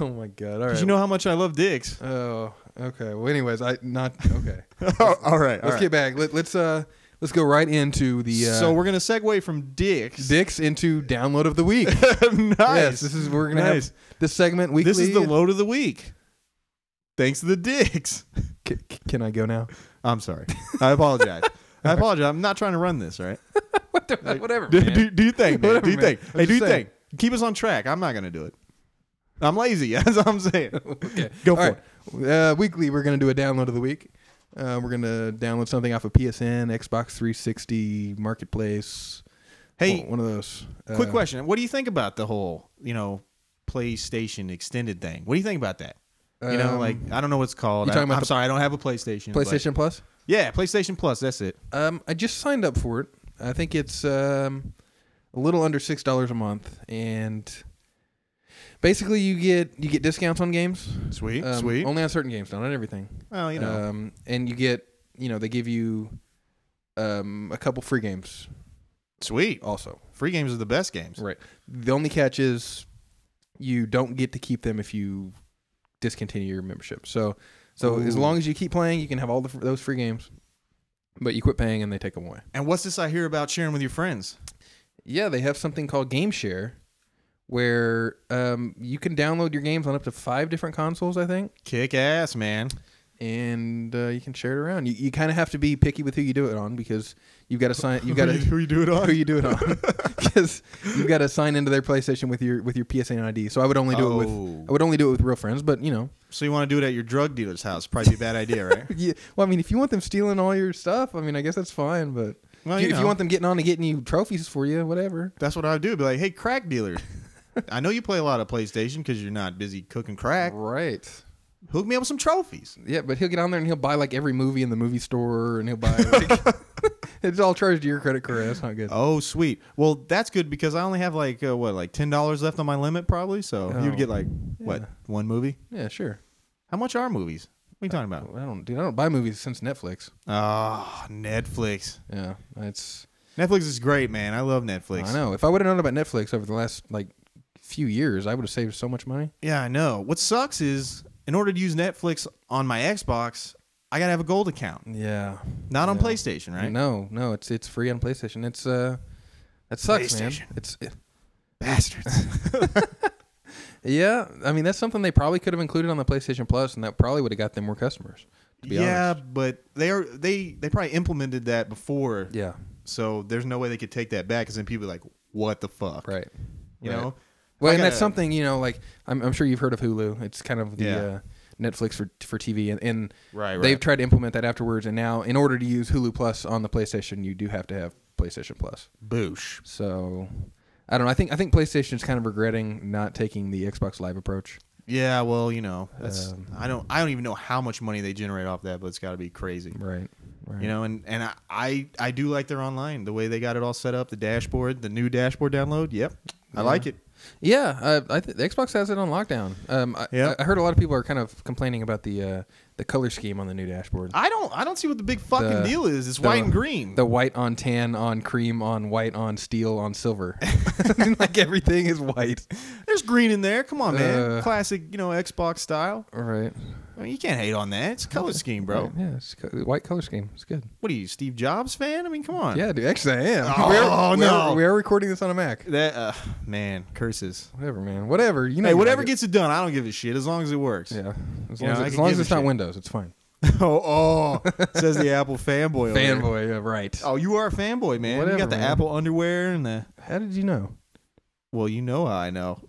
Speaker 2: Oh my god! All
Speaker 3: 'Cause
Speaker 2: right.
Speaker 3: You know how much I love dicks.
Speaker 2: Oh, okay. Well, anyways, I not okay.
Speaker 3: Oh, all right.
Speaker 2: let's get back. Let, let's uh, let's go right into the uh,
Speaker 3: So we're gonna segue from dicks.
Speaker 2: dicks into download of the week.
Speaker 3: nice.
Speaker 2: Yes, this is we're gonna
Speaker 3: Nice.
Speaker 2: have this segment weekly.
Speaker 3: This is the load of the week. Thanks to the dicks.
Speaker 2: C- c- can I go now?
Speaker 3: I'm sorry. I apologize. I apologize. I'm not trying to run this, all right?
Speaker 2: Whatever.
Speaker 3: Do, do, do you think, man?
Speaker 2: Whatever,
Speaker 3: do you
Speaker 2: man.
Speaker 3: think?
Speaker 2: I'm
Speaker 3: Hey, do you
Speaker 2: just saying.
Speaker 3: think? Keep us on track. I'm not gonna do it. I'm lazy. That's what I'm saying.
Speaker 2: okay.
Speaker 3: Go for it.
Speaker 2: Uh, weekly, we're gonna do a download of the week. Uh, we're gonna download something off of PSN, Xbox 360, Marketplace.
Speaker 3: Hey,
Speaker 2: one, one of those.
Speaker 3: Quick
Speaker 2: Uh,
Speaker 3: question: What do you think about the whole, you know, PlayStation Extended thing? What do you think about that? You know,
Speaker 2: Um,
Speaker 3: like I don't know what's called.
Speaker 2: you
Speaker 3: I,
Speaker 2: talking about
Speaker 3: I'm
Speaker 2: the-
Speaker 3: sorry, I don't have a PlayStation. but-
Speaker 2: PlayStation Plus.
Speaker 3: yeah, PlayStation Plus. That's it.
Speaker 2: Um, I just signed up for it. I think it's um, a little under six dollars a month, and basically you get you get discounts on games.
Speaker 3: Sweet,
Speaker 2: Um,
Speaker 3: sweet.
Speaker 2: Only on certain games, not on everything.
Speaker 3: well, you know,
Speaker 2: Um, and you get you know they give you um, a couple free games
Speaker 3: sweet.
Speaker 2: also.
Speaker 3: Free games are the best games.
Speaker 2: Right. The only catch is you don't get to keep them if you discontinue your membership. So so as
Speaker 3: Ooh.
Speaker 2: long as you keep playing, you can have all the, those free games. But you quit paying and they take them away.
Speaker 3: And what's this I hear about sharing with your friends?
Speaker 2: Yeah, they have something called Game Share, where um, you can download your games on up to five different consoles, I think,
Speaker 3: Kick ass, man.
Speaker 2: and uh, you can share it around. You, you kind of have to be picky with who you do it on because you've got to sign. You've got to
Speaker 3: who you do it
Speaker 2: who you do it on because you've got to sign into their PlayStation with your with your PSN ID. So I would only do it
Speaker 3: Oh.
Speaker 2: with I would only do it with real friends, but you know,
Speaker 3: So you want to do it at your drug dealer's house? Probably be a bad idea, right?
Speaker 2: yeah. Well, I mean, if you want them stealing all your stuff, I mean, I guess that's fine, but.
Speaker 3: Well,
Speaker 2: if
Speaker 3: you
Speaker 2: you- if you
Speaker 3: know.
Speaker 2: want them getting on and getting you trophies for you, whatever.
Speaker 3: That's what I would do. Be like, hey, crack dealer. I know you play a lot of PlayStation because you're not busy cooking crack.
Speaker 2: Right.
Speaker 3: Hook me up with some trophies.
Speaker 2: Yeah, but he'll get on there and he'll buy like every movie in the movie store, and he'll buy. Like, it's all charged to your credit card. That's not good.
Speaker 3: Oh, sweet. Well, that's good because I only have like uh, what, like ten dollars left on my limit, probably. So
Speaker 2: Oh.
Speaker 3: you'd get like what
Speaker 2: Yeah.
Speaker 3: one movie?
Speaker 2: Yeah, sure.
Speaker 3: How much are movies? What are you talking
Speaker 2: I
Speaker 3: about?
Speaker 2: don't, dude. I don't buy movies since Netflix.
Speaker 3: Oh, Netflix.
Speaker 2: Yeah, it's.
Speaker 3: Netflix is great, man. I love Netflix.
Speaker 2: I know. If I would have known about Netflix over the last like few years, I would have saved so much money.
Speaker 3: Yeah, I know. What sucks is in order to use Netflix on my Xbox, I gotta have a gold account.
Speaker 2: Yeah.
Speaker 3: Not on
Speaker 2: Yeah.
Speaker 3: PlayStation, right?
Speaker 2: No, no, it's it's free on PlayStation. It's uh, that sucks, man.
Speaker 3: PlayStation.
Speaker 2: It's it-
Speaker 3: Bastards.
Speaker 2: yeah. I mean, that's something they probably could have included on the PlayStation Plus, and that probably would have got them more customers. To be
Speaker 3: yeah,
Speaker 2: honest.
Speaker 3: but they are they they probably implemented that before,
Speaker 2: Yeah.
Speaker 3: so there's no way they could take that back. Because then people are like, "What the fuck?"
Speaker 2: Right.
Speaker 3: You
Speaker 2: Right.
Speaker 3: know.
Speaker 2: Well,
Speaker 3: I
Speaker 2: and that's
Speaker 3: gotta-
Speaker 2: something you know, like I'm, I'm sure you've heard of Hulu. It's kind of the
Speaker 3: Yeah.
Speaker 2: uh, Netflix for for TV, and, and
Speaker 3: Right,
Speaker 2: they've
Speaker 3: right.
Speaker 2: tried to implement that afterwards. And now, in order to use Hulu Plus on the PlayStation, you do have to have PlayStation Plus.
Speaker 3: Boosh.
Speaker 2: So I don't know. I think I think PlayStation's kind of regretting not taking the Xbox Live approach.
Speaker 3: Yeah, well, you know, that's
Speaker 2: Um,
Speaker 3: I don't I don't even know how much money they generate off that, but it's got to be crazy.
Speaker 2: Right. Right.
Speaker 3: You know, and and I, I I do like their online, the way they got it all set up, the dashboard, the new dashboard download. Yep. I like it.
Speaker 2: Yeah, uh, I th- the Xbox has it on lockdown. Um, I,
Speaker 3: Yeah.
Speaker 2: I I heard a lot of people are kind of complaining about the uh, the color scheme on the new dashboard.
Speaker 3: I don't I don't see what the big
Speaker 2: The-
Speaker 3: fucking deal is. It's
Speaker 2: the-
Speaker 3: white and green.
Speaker 2: The white on tan on cream on white on steel on silver, like everything is white.
Speaker 3: There's green in there. Come on, man.
Speaker 2: Uh,
Speaker 3: Classic, you know, Xbox style.
Speaker 2: All right,
Speaker 3: I mean, you can't hate on that. It's a color scheme, bro.
Speaker 2: Right, Yeah, it's co- white color scheme. It's good.
Speaker 3: What are you, Steve Jobs fan? I mean, come on.
Speaker 2: Yeah, dude. Actually, I am.
Speaker 3: Oh, no.
Speaker 2: we are recording this on a Mac.
Speaker 3: That uh, man curses.
Speaker 2: Whatever, man. Whatever. You know.
Speaker 3: Hey,
Speaker 2: you
Speaker 3: whatever
Speaker 2: like
Speaker 3: gets it done, I don't give a shit as long as it works.
Speaker 2: it. Yeah. As
Speaker 3: You
Speaker 2: long as,
Speaker 3: know, I
Speaker 2: as
Speaker 3: could
Speaker 2: long
Speaker 3: give
Speaker 2: as
Speaker 3: a
Speaker 2: it's not
Speaker 3: shit.
Speaker 2: Windows, it's fine.
Speaker 3: oh, oh, says the Apple fanboy. over there.
Speaker 2: Fanboy, yeah, right?
Speaker 3: Oh, you are a fanboy, man. you
Speaker 2: Whatever,
Speaker 3: got the
Speaker 2: man.
Speaker 3: Apple underwear and the.
Speaker 2: How did you know?
Speaker 3: Well, you know how I know.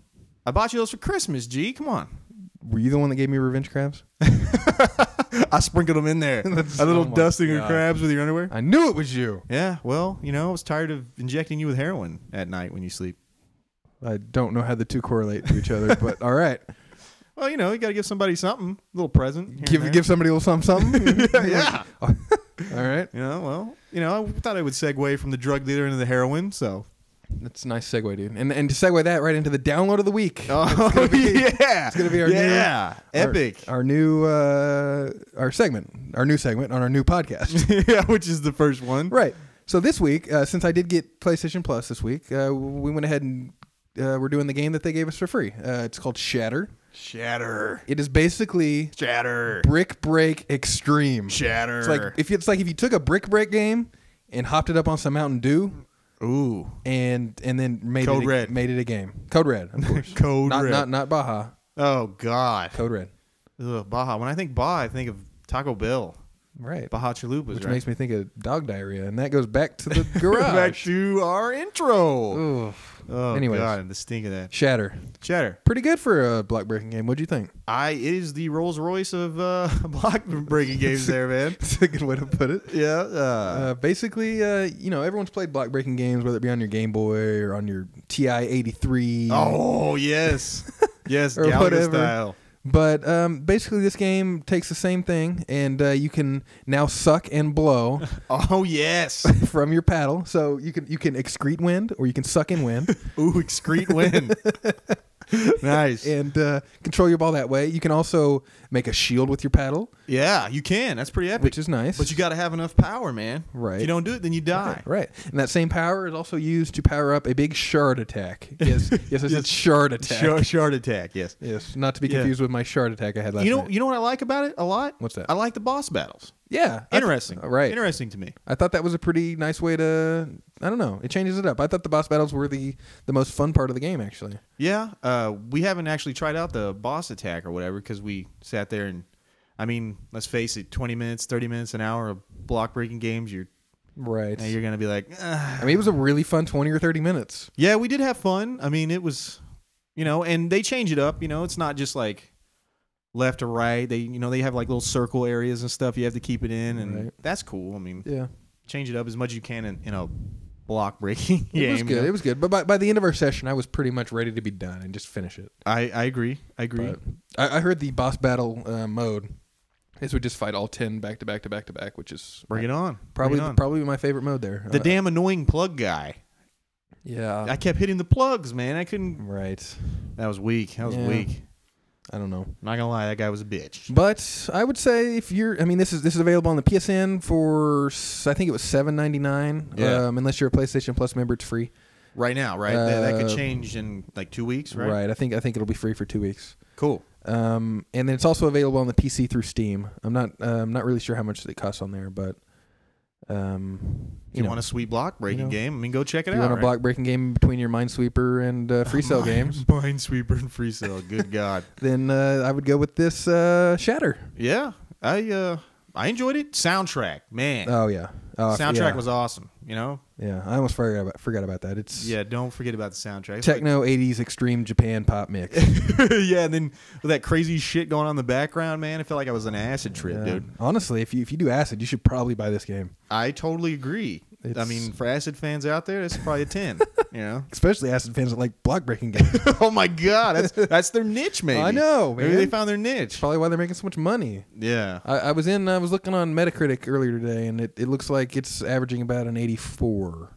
Speaker 3: I bought you those for Christmas, G. Come on.
Speaker 2: Were you the one that gave me revenge crabs?
Speaker 3: I sprinkled them in there.
Speaker 2: That's-
Speaker 3: a little
Speaker 2: oh my
Speaker 3: dusting of
Speaker 2: God.
Speaker 3: crabs with your underwear.
Speaker 2: I knew it was you.
Speaker 3: Yeah, well, you know, I was tired of injecting you with heroin at night when you sleep.
Speaker 2: I don't know how the two correlate to each other, but all right.
Speaker 3: Well, you know, you got to give somebody something, a little present. here and
Speaker 2: give
Speaker 3: there.
Speaker 2: give somebody a little something, something.
Speaker 3: Yeah.
Speaker 2: all right.
Speaker 3: You know, well, you know, I thought I would segue from the drug dealer into the heroin, so.
Speaker 2: That's a nice segue, dude. And and to segue that right into the download of the week.
Speaker 3: Oh, yeah. It's
Speaker 2: gonna be our new-
Speaker 3: Yeah.
Speaker 2: Our-
Speaker 3: Epic.
Speaker 2: Our, new uh, our segment, our new segment on our new podcast.
Speaker 3: yeah, which is the first one.
Speaker 2: right. So this week, uh, since I did get PlayStation Plus this week, uh, we went ahead and uh, we're doing the game that they gave us for free. Uh, it's called Shatter.
Speaker 3: Shatter.
Speaker 2: It is basically
Speaker 3: Shatter.
Speaker 2: Brick Break Extreme.
Speaker 3: Shatter.
Speaker 2: It's like if you- it's like if you took a Brick Break game and hopped it up on some Mountain Dew
Speaker 3: Ooh.
Speaker 2: and and then made
Speaker 3: Code
Speaker 2: it a,
Speaker 3: Red.
Speaker 2: made it a game. Code Red, of course.
Speaker 3: Code
Speaker 2: not
Speaker 3: Red.
Speaker 2: not not Baja.
Speaker 3: oh God.
Speaker 2: Code Red.
Speaker 3: Ugh, Baja. When I think Baja, I think of Taco Bell.
Speaker 2: Right.
Speaker 3: Baja chalupas,
Speaker 2: Which
Speaker 3: right?
Speaker 2: makes me think of dog diarrhea, and that goes back to the garage.
Speaker 3: back to our intro.
Speaker 2: Oof.
Speaker 3: Oh
Speaker 2: Anyways.
Speaker 3: God, the stink of that
Speaker 2: Shatter.
Speaker 3: cheddar.
Speaker 2: Pretty good for a block breaking game. What'd you think?
Speaker 3: I it is the Rolls Royce of uh, block breaking games. There, man.
Speaker 2: That's a good way to put it.
Speaker 3: Yeah. Uh,
Speaker 2: Uh, basically, uh, you know, everyone's played block breaking games, whether it be on your Game Boy or on your TI 83.
Speaker 3: oh yes, yes.
Speaker 2: Or
Speaker 3: Gallagher
Speaker 2: whatever.
Speaker 3: style.
Speaker 2: But um, basically, this game takes the same thing, and uh, you can now suck and blow
Speaker 3: Oh yes.
Speaker 2: from your paddle. So you can you can excrete wind, or you can suck in wind,
Speaker 3: Ooh, excrete win. nice.
Speaker 2: and uh, control your ball that way. You can also make a shield with your paddle,
Speaker 3: Yeah, you can. That's pretty epic.
Speaker 2: which is nice.
Speaker 3: but you got to have enough power, man.
Speaker 2: Right.
Speaker 3: If you don't do it, then you die.
Speaker 2: Right, and that same power is also used to power up a big shard attack. Yes, yes, I said
Speaker 3: Yes.
Speaker 2: shard attack.
Speaker 3: Shard, shard attack. Yes.
Speaker 2: Yes, not to be
Speaker 3: Yeah.
Speaker 2: confused with my shard attack I had last
Speaker 3: you know,
Speaker 2: night.
Speaker 3: you know what I like about it a lot.
Speaker 2: What's that?
Speaker 3: I like the boss battles.
Speaker 2: Yeah, I th- uh,
Speaker 3: Interesting.
Speaker 2: right.
Speaker 3: Interesting to me.
Speaker 2: I thought that was a pretty nice way to. I don't know. It changes it up. I thought the boss battles were the the most fun part of the game, actually.
Speaker 3: Yeah. Uh, we haven't actually tried out the boss attack or whatever because we sat there and, I mean, let's face it, twenty minutes, thirty minutes, an hour of block breaking games. You're
Speaker 2: Right.
Speaker 3: now you're gonna be like, "Ah."
Speaker 2: I mean, it was a really fun twenty or thirty minutes.
Speaker 3: yeah, we did have fun. I mean, it was, you know, and they change it up. You know, it's not just like left or right. They, you know, they have like little circle areas and stuff. You have to keep it in, and
Speaker 2: Right.
Speaker 3: that's cool. I mean,
Speaker 2: Yeah,
Speaker 3: change it up as much as you can in, in a block breaking
Speaker 2: it
Speaker 3: game.
Speaker 2: was
Speaker 3: you
Speaker 2: good.
Speaker 3: know?
Speaker 2: It was good. But by, by the end of our session, I was pretty much ready to be done and just finish it.
Speaker 3: I, I agree. I agree.
Speaker 2: But I, I heard the boss battle uh, mode is we just fight all ten back to back to back to back, which is
Speaker 3: Bring it on.
Speaker 2: probably
Speaker 3: Bring it on.
Speaker 2: probably my favorite mode there.
Speaker 3: the
Speaker 2: Uh,
Speaker 3: damn annoying plug guy.
Speaker 2: yeah,
Speaker 3: I kept hitting the plugs, man. I couldn't.
Speaker 2: right.
Speaker 3: That was weak. That was
Speaker 2: Yeah.
Speaker 3: weak.
Speaker 2: I don't know.
Speaker 3: not gonna lie, that guy was a bitch.
Speaker 2: But I would say if you're, I mean, this is this is available on the PSN for s- I think it was seven ninety nine.
Speaker 3: Yeah.
Speaker 2: Um, unless you're a PlayStation Plus member, it's free.
Speaker 3: Right now, right? that, that
Speaker 2: Uh,
Speaker 3: could change in like two weeks, right?
Speaker 2: I think I think it'll be free for two weeks.
Speaker 3: Cool.
Speaker 2: Um, and then it's also available on the PC through Steam. I'm not uh, I'm not really sure how much it costs on there, but um,
Speaker 3: You, want a sweet block breaking
Speaker 2: know,
Speaker 3: game? I mean, go check it
Speaker 2: if you
Speaker 3: out.
Speaker 2: want a
Speaker 3: right?
Speaker 2: block breaking game between your Minesweeper and uh, Free Cell
Speaker 3: Mine-
Speaker 2: games,
Speaker 3: Minesweeper and Free Cell. Good God.
Speaker 2: then uh, I would go with this uh, Shatter.
Speaker 3: Yeah, I uh, I enjoyed it. Soundtrack, man.
Speaker 2: Oh yeah, oh, I f-
Speaker 3: soundtrack
Speaker 2: yeah.
Speaker 3: was awesome. You know.
Speaker 2: yeah. I almost forgot about forgot about that. It's
Speaker 3: Yeah, don't forget about the soundtrack. It's
Speaker 2: techno 80s extreme Japan pop mix.
Speaker 3: like- yeah, and then with that crazy shit going on in the background, man, I felt like I was on an acid trip,
Speaker 2: Yeah.
Speaker 3: dude.
Speaker 2: Honestly, if you if you do acid, you should probably buy this game,
Speaker 3: I totally agree. I
Speaker 2: It's-
Speaker 3: mean, for acid fans out there, that's probably a ten. you know.
Speaker 2: especially acid fans that like block breaking games.
Speaker 3: oh my god, that's that's their niche, maybe.
Speaker 2: I know,
Speaker 3: Maybe
Speaker 2: man.
Speaker 3: they found their niche.
Speaker 2: probably why they're making so much money.
Speaker 3: Yeah.
Speaker 2: I, I was in I was looking on Metacritic earlier today, and it, it looks like it's averaging about an 84,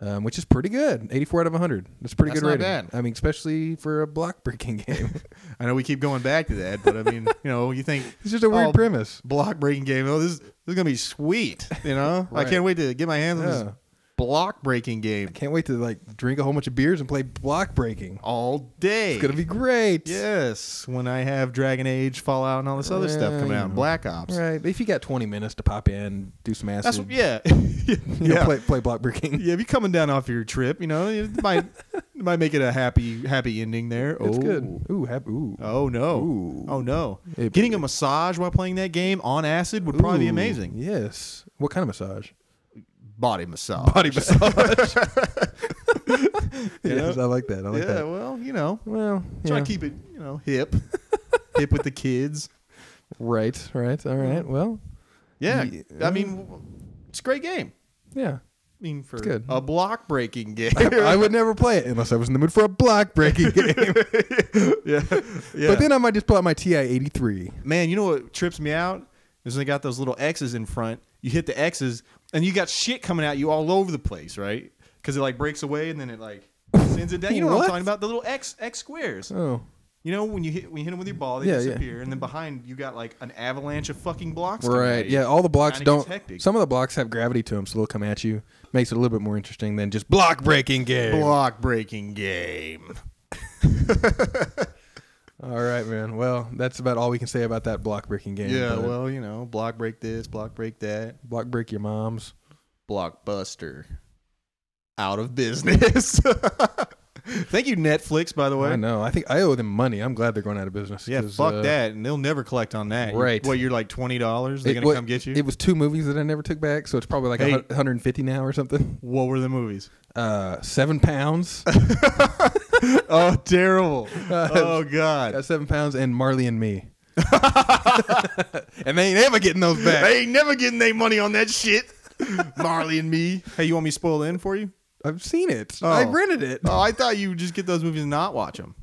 Speaker 2: um, which is pretty good. 84 out of 100. That's a pretty
Speaker 3: That's
Speaker 2: good
Speaker 3: not
Speaker 2: rating.
Speaker 3: bad.
Speaker 2: I mean, especially for a block breaking game.
Speaker 3: I know we keep going back to that, but I mean, you know, you think
Speaker 2: it's just a weird
Speaker 3: Oh,
Speaker 2: premise.
Speaker 3: block breaking game. Oh, this, this is gonna be sweet. You know,
Speaker 2: Right.
Speaker 3: I can't wait to get my hands on
Speaker 2: Yeah.
Speaker 3: this block breaking game
Speaker 2: Can't wait to like drink a whole bunch of beers and play block breaking.
Speaker 3: all day.
Speaker 2: It's gonna be great.
Speaker 3: yes, when I have Dragon Age, Fallout, and all this other stuff
Speaker 2: Yeah,
Speaker 3: coming
Speaker 2: you
Speaker 3: out,
Speaker 2: know.
Speaker 3: Black Ops.
Speaker 2: Right. If you got 20 minutes to pop in, do some acid.
Speaker 3: That's what, yeah,
Speaker 2: You know,
Speaker 3: yeah.
Speaker 2: play, play block breaking.
Speaker 3: Yeah, if you're coming down off your trip, you know, it might it might make it a happy happy ending there.
Speaker 2: It's
Speaker 3: oh.
Speaker 2: good. Ooh, happy. Ooh.
Speaker 3: Oh no.
Speaker 2: Ooh.
Speaker 3: Oh no.
Speaker 2: It-
Speaker 3: Getting a massage while playing that game on acid would probably be
Speaker 2: Ooh,
Speaker 3: amazing.
Speaker 2: Yes. What kind of massage?
Speaker 3: Body massage.
Speaker 2: Body massage.
Speaker 3: You
Speaker 2: yes,
Speaker 3: know?
Speaker 2: I like that. I like
Speaker 3: yeah,
Speaker 2: that.
Speaker 3: well, you know,
Speaker 2: Well,
Speaker 3: try
Speaker 2: yeah.
Speaker 3: to keep it, you know, hip, hip with the kids.
Speaker 2: right, right, all right. Well,
Speaker 3: Yeah,
Speaker 2: Ye-
Speaker 3: I mean, w- it's a great game.
Speaker 2: yeah.
Speaker 3: I mean, for
Speaker 2: good.
Speaker 3: a block breaking game.
Speaker 2: I would never play it unless I was in the mood for a block breaking game.
Speaker 3: yeah, yeah.
Speaker 2: But then I might just pull out my TI eighty three.
Speaker 3: man, you know what trips me out is when they got those little X's in front. You hit the X's, and you got shit coming at you all over the place, right? Because it like breaks away, and then it like sends it down. You know what, Uh.
Speaker 2: What?
Speaker 3: I'm talking about? The little X X squares.
Speaker 2: Oh,
Speaker 3: You know when you hit when you hit them with your ball, they
Speaker 2: Yeah, yeah.
Speaker 3: disappear, and then behind you got like an avalanche of fucking blocks. coming
Speaker 2: right.
Speaker 3: at you.
Speaker 2: Yeah, all the blocks
Speaker 3: Kinda
Speaker 2: don't.
Speaker 3: gets hectic.
Speaker 2: Some of the blocks have gravity to them, so they'll come at you. Makes it a little bit more interesting than just block breaking game.
Speaker 3: block breaking game.
Speaker 2: All right, man. Well, that's about all we can say about that block breaking game.
Speaker 3: Yeah,
Speaker 2: but
Speaker 3: well, you know, block break this, block break that,
Speaker 2: block break your moms.
Speaker 3: blockbuster, out of business. Thank you, Netflix, by the way.
Speaker 2: I know. I think I owe them money. I'm glad they're going out of business.
Speaker 3: Yeah,
Speaker 2: 'cause,
Speaker 3: fuck
Speaker 2: uh,
Speaker 3: that, and they'll never collect on that. You-
Speaker 2: Right.
Speaker 3: What you're like twenty dollars? They're
Speaker 2: it
Speaker 3: gonna
Speaker 2: wa-
Speaker 3: come get you.
Speaker 2: It was two movies that I never took back, so it's probably like
Speaker 3: Hey.
Speaker 2: 150 now or something.
Speaker 3: what were the movies?
Speaker 2: Uh, seven pounds.
Speaker 3: oh, terrible! oh
Speaker 2: got
Speaker 3: god,
Speaker 2: seven pounds and Marley and me. and they ain't ever getting those back.
Speaker 3: they ain't never getting their money on that shit. Marley and me. Hey, you want me to spoil the end for you?
Speaker 2: I've seen it. I
Speaker 3: Oh.
Speaker 2: rented it.
Speaker 3: Oh, I thought you would just get those movies and not watch them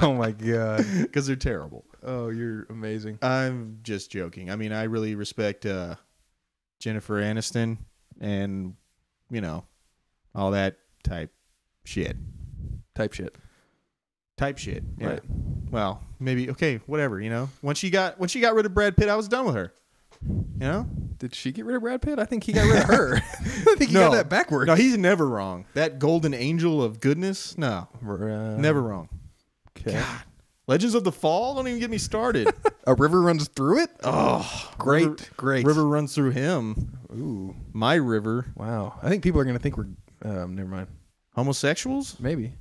Speaker 2: Oh my god.
Speaker 3: because they're terrible.
Speaker 2: Oh, you're amazing.
Speaker 3: Uh, I'm just joking. I mean, I really respect uh, Jennifer Aniston and you know all that type shit.
Speaker 2: Type shit.
Speaker 3: Type shit. Yeah.
Speaker 2: Right.
Speaker 3: Well, maybe okay, whatever. You know, once she got when she got rid of Brad Pitt, I was done with her. You know,
Speaker 2: Did she get rid of Brad Pitt? I think he got rid of her. I think he got
Speaker 3: No.
Speaker 2: that backwards.
Speaker 3: no, he's never wrong. That golden angel of goodness, no, never wrong.
Speaker 2: Uh, Okay.
Speaker 3: Legends of the Fall, don't even get me started.
Speaker 2: A river runs through it.
Speaker 3: oh,
Speaker 2: Great,
Speaker 3: river,
Speaker 2: great.
Speaker 3: river runs through him.
Speaker 2: Ooh,
Speaker 3: My river,
Speaker 2: wow. I think people are gonna think we're. Um, never mind.
Speaker 3: homosexuals.
Speaker 2: Maybe.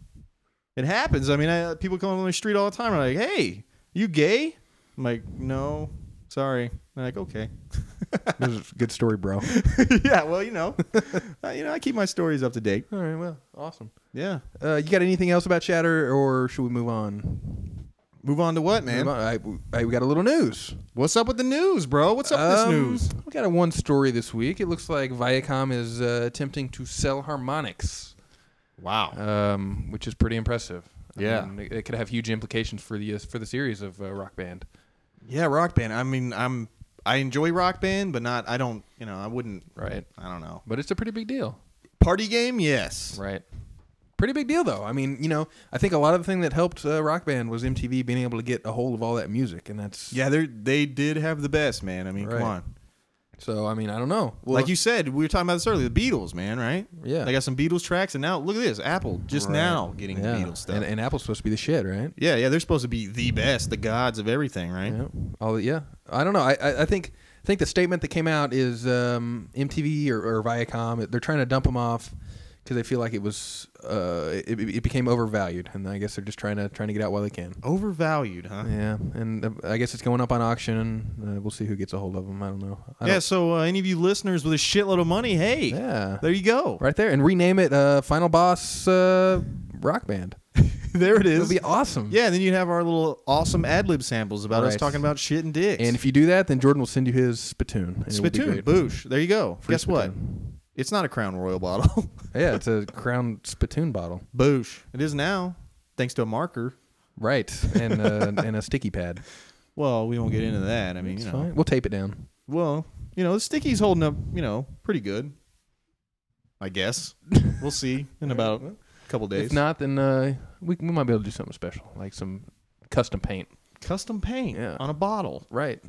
Speaker 3: It happens. I mean, I, uh, people come on the street all the time. Are like, "Hey, you gay?" I'm like, "No, sorry." They're like, "Okay."
Speaker 2: This is a good story, bro.
Speaker 3: yeah, well, you know, uh, you know, I keep my stories up to date.
Speaker 2: All right. Well, awesome.
Speaker 3: Yeah.
Speaker 2: Uh, you got anything else about Shatter, or should we move on?
Speaker 3: Move on to what,
Speaker 2: Move
Speaker 3: man?
Speaker 2: on. I, I, we got a little news.
Speaker 3: What's up with the news, bro? What's up with this
Speaker 2: Um,
Speaker 3: news?
Speaker 2: We got a one story this week. It looks like Viacom is uh, attempting to sell harmonics,
Speaker 3: Wow.
Speaker 2: um, which is pretty impressive. I
Speaker 3: Yeah.
Speaker 2: mean, it, it could have huge implications for the uh, for the series of uh, Rock Band.
Speaker 3: Yeah, Rock Band. I mean, I'm I enjoy Rock Band, but not. I don't. You know, I wouldn't.
Speaker 2: Right.
Speaker 3: I don't know.
Speaker 2: But it's a pretty big deal.
Speaker 3: Party game, yes.
Speaker 2: Right. Pretty big deal, though. I mean, you know, I think a lot of the thing that helped uh, Rock Band was MTV being able to get a hold of all that music, and that's
Speaker 3: Yeah, they they did have the best, man. I mean,
Speaker 2: Right.
Speaker 3: come on.
Speaker 2: So I mean, I don't know. Well,
Speaker 3: like you said, we were talking about this earlier. The Beatles, man, right?
Speaker 2: yeah,
Speaker 3: They got some Beatles tracks, and now look at this. Apple just
Speaker 2: Right.
Speaker 3: now getting
Speaker 2: yeah.
Speaker 3: the Beatles stuff.
Speaker 2: And, and Apple's supposed to be the shit, right?
Speaker 3: yeah, yeah, they're supposed to be the best, the gods of everything, right?
Speaker 2: Yeah. All the- yeah. I don't know. I, I, I think I think the statement that came out is um, MTV or, or Viacom. They're trying to dump them off because they feel like it was uh, it, it became overvalued, and I guess they're just trying to trying to get out while they can.
Speaker 3: Overvalued, huh? Yeah.
Speaker 2: Yeah, and uh, I guess it's going up on auction. Uh, we'll see who gets a hold of them. I don't know. I don't-
Speaker 3: so uh, any of you listeners with a shitload of money, hey,
Speaker 2: yeah,
Speaker 3: there you go.
Speaker 2: right there, and rename it uh, Final Boss uh, Rock Band.
Speaker 3: there it
Speaker 2: It would
Speaker 3: is.
Speaker 2: be awesome.
Speaker 3: yeah, and then you'd have our little awesome ad lib samples about us
Speaker 2: Right.
Speaker 3: talking about shit and dicks.
Speaker 2: And if you do that, then Jordan will send you his spittoon. and it will be
Speaker 3: Spittoon,
Speaker 2: great.
Speaker 3: boosh. There you go.
Speaker 2: Free
Speaker 3: Guess what?
Speaker 2: spittoon.
Speaker 3: It's not a Crown Royal bottle.
Speaker 2: Yeah, it's a crown spittoon bottle.
Speaker 3: boosh. It is now, thanks to a marker.
Speaker 2: Right, and uh, and a sticky pad.
Speaker 3: Well, we won't get into that. I mean,
Speaker 2: It's
Speaker 3: you know.
Speaker 2: fine. We'll tape it down.
Speaker 3: Well, you know, the sticky's holding up, you know, pretty good. I guess. We'll see in about a couple days.
Speaker 2: If not, then uh, we we might be able to do something special, like some custom paint.
Speaker 3: custom paint
Speaker 2: Yeah.
Speaker 3: on a bottle.
Speaker 2: Right.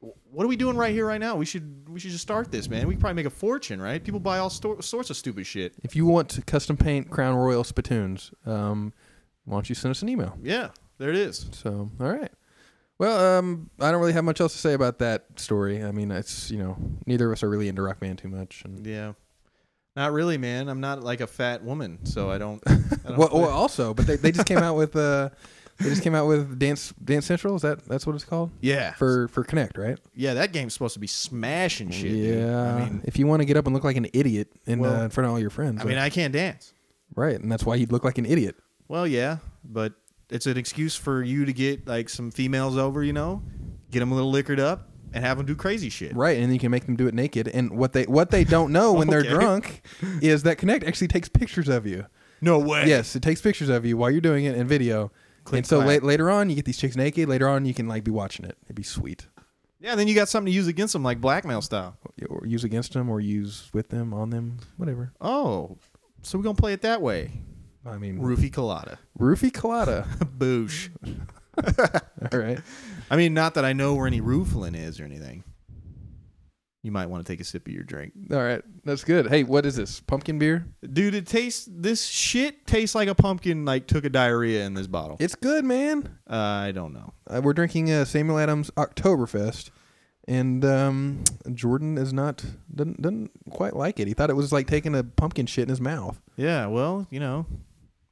Speaker 3: What are we doing right here right now? We should we should just start this, man. We could probably make a fortune, right? People buy all stor- sorts of stupid shit.
Speaker 2: If you want to custom paint Crown Royal spittoons, um, why don't you send us an email?
Speaker 3: Yeah, there it is.
Speaker 2: So, all right. Well, um, I don't really have much else to say about that story. I mean, it's you know, neither of us are really into Rock Band too much. And
Speaker 3: Yeah. Not really, man. I'm not like a fat woman, so I don't, I don't
Speaker 2: well, well, also, but they, they just came out with uh, they just came out with Dance Dance Central. Is that that's what it's called
Speaker 3: Yeah.
Speaker 2: for for Connect, right?
Speaker 3: yeah, that game's supposed to be smashing shit.
Speaker 2: yeah.
Speaker 3: Dude. I mean,
Speaker 2: if you want to get up and look like an idiot in
Speaker 3: Well,
Speaker 2: uh, in front of all your friends,
Speaker 3: I mean,
Speaker 2: uh,
Speaker 3: I can't dance.
Speaker 2: right? And that's why you'd look like an idiot.
Speaker 3: Well, yeah, but it's an excuse for you to get like some females over, you know, get them a little liquored up and have them do crazy shit.
Speaker 2: Right, and then you can make them do it naked. And what they what they don't know when
Speaker 3: Okay.
Speaker 2: they're drunk is that Connect actually takes pictures of you.
Speaker 3: No way.
Speaker 2: Yes, it takes pictures of you while you're doing it and video.
Speaker 3: Click
Speaker 2: and so
Speaker 3: clap.
Speaker 2: late, later on, you get these chicks naked. Later on, you can like be watching it. It'd be sweet.
Speaker 3: Yeah, then you got something to use against them, like blackmail style.
Speaker 2: Or use against them, or use with them, on them, whatever.
Speaker 3: Oh, so we're gonna play it that way.
Speaker 2: I mean,
Speaker 3: Roofie colada.
Speaker 2: roofie colada.
Speaker 3: Boosh.
Speaker 2: All right.
Speaker 3: I mean, not that I know where any rooflin is or anything. You might want to take a sip of your drink,
Speaker 2: All right. That's good. Hey, what is this? Pumpkin beer?
Speaker 3: dude. It tastes. This shit tastes like a pumpkin. Like took a diarrhea in this bottle.
Speaker 2: It's good, man.
Speaker 3: uh, I don't know.
Speaker 2: Uh, we're drinking uh, Samuel Adams Oktoberfest, and um, Jordan is not doesn't, doesn't quite like it. He thought it was like taking a pumpkin shit in his mouth.
Speaker 3: Yeah, well, you know,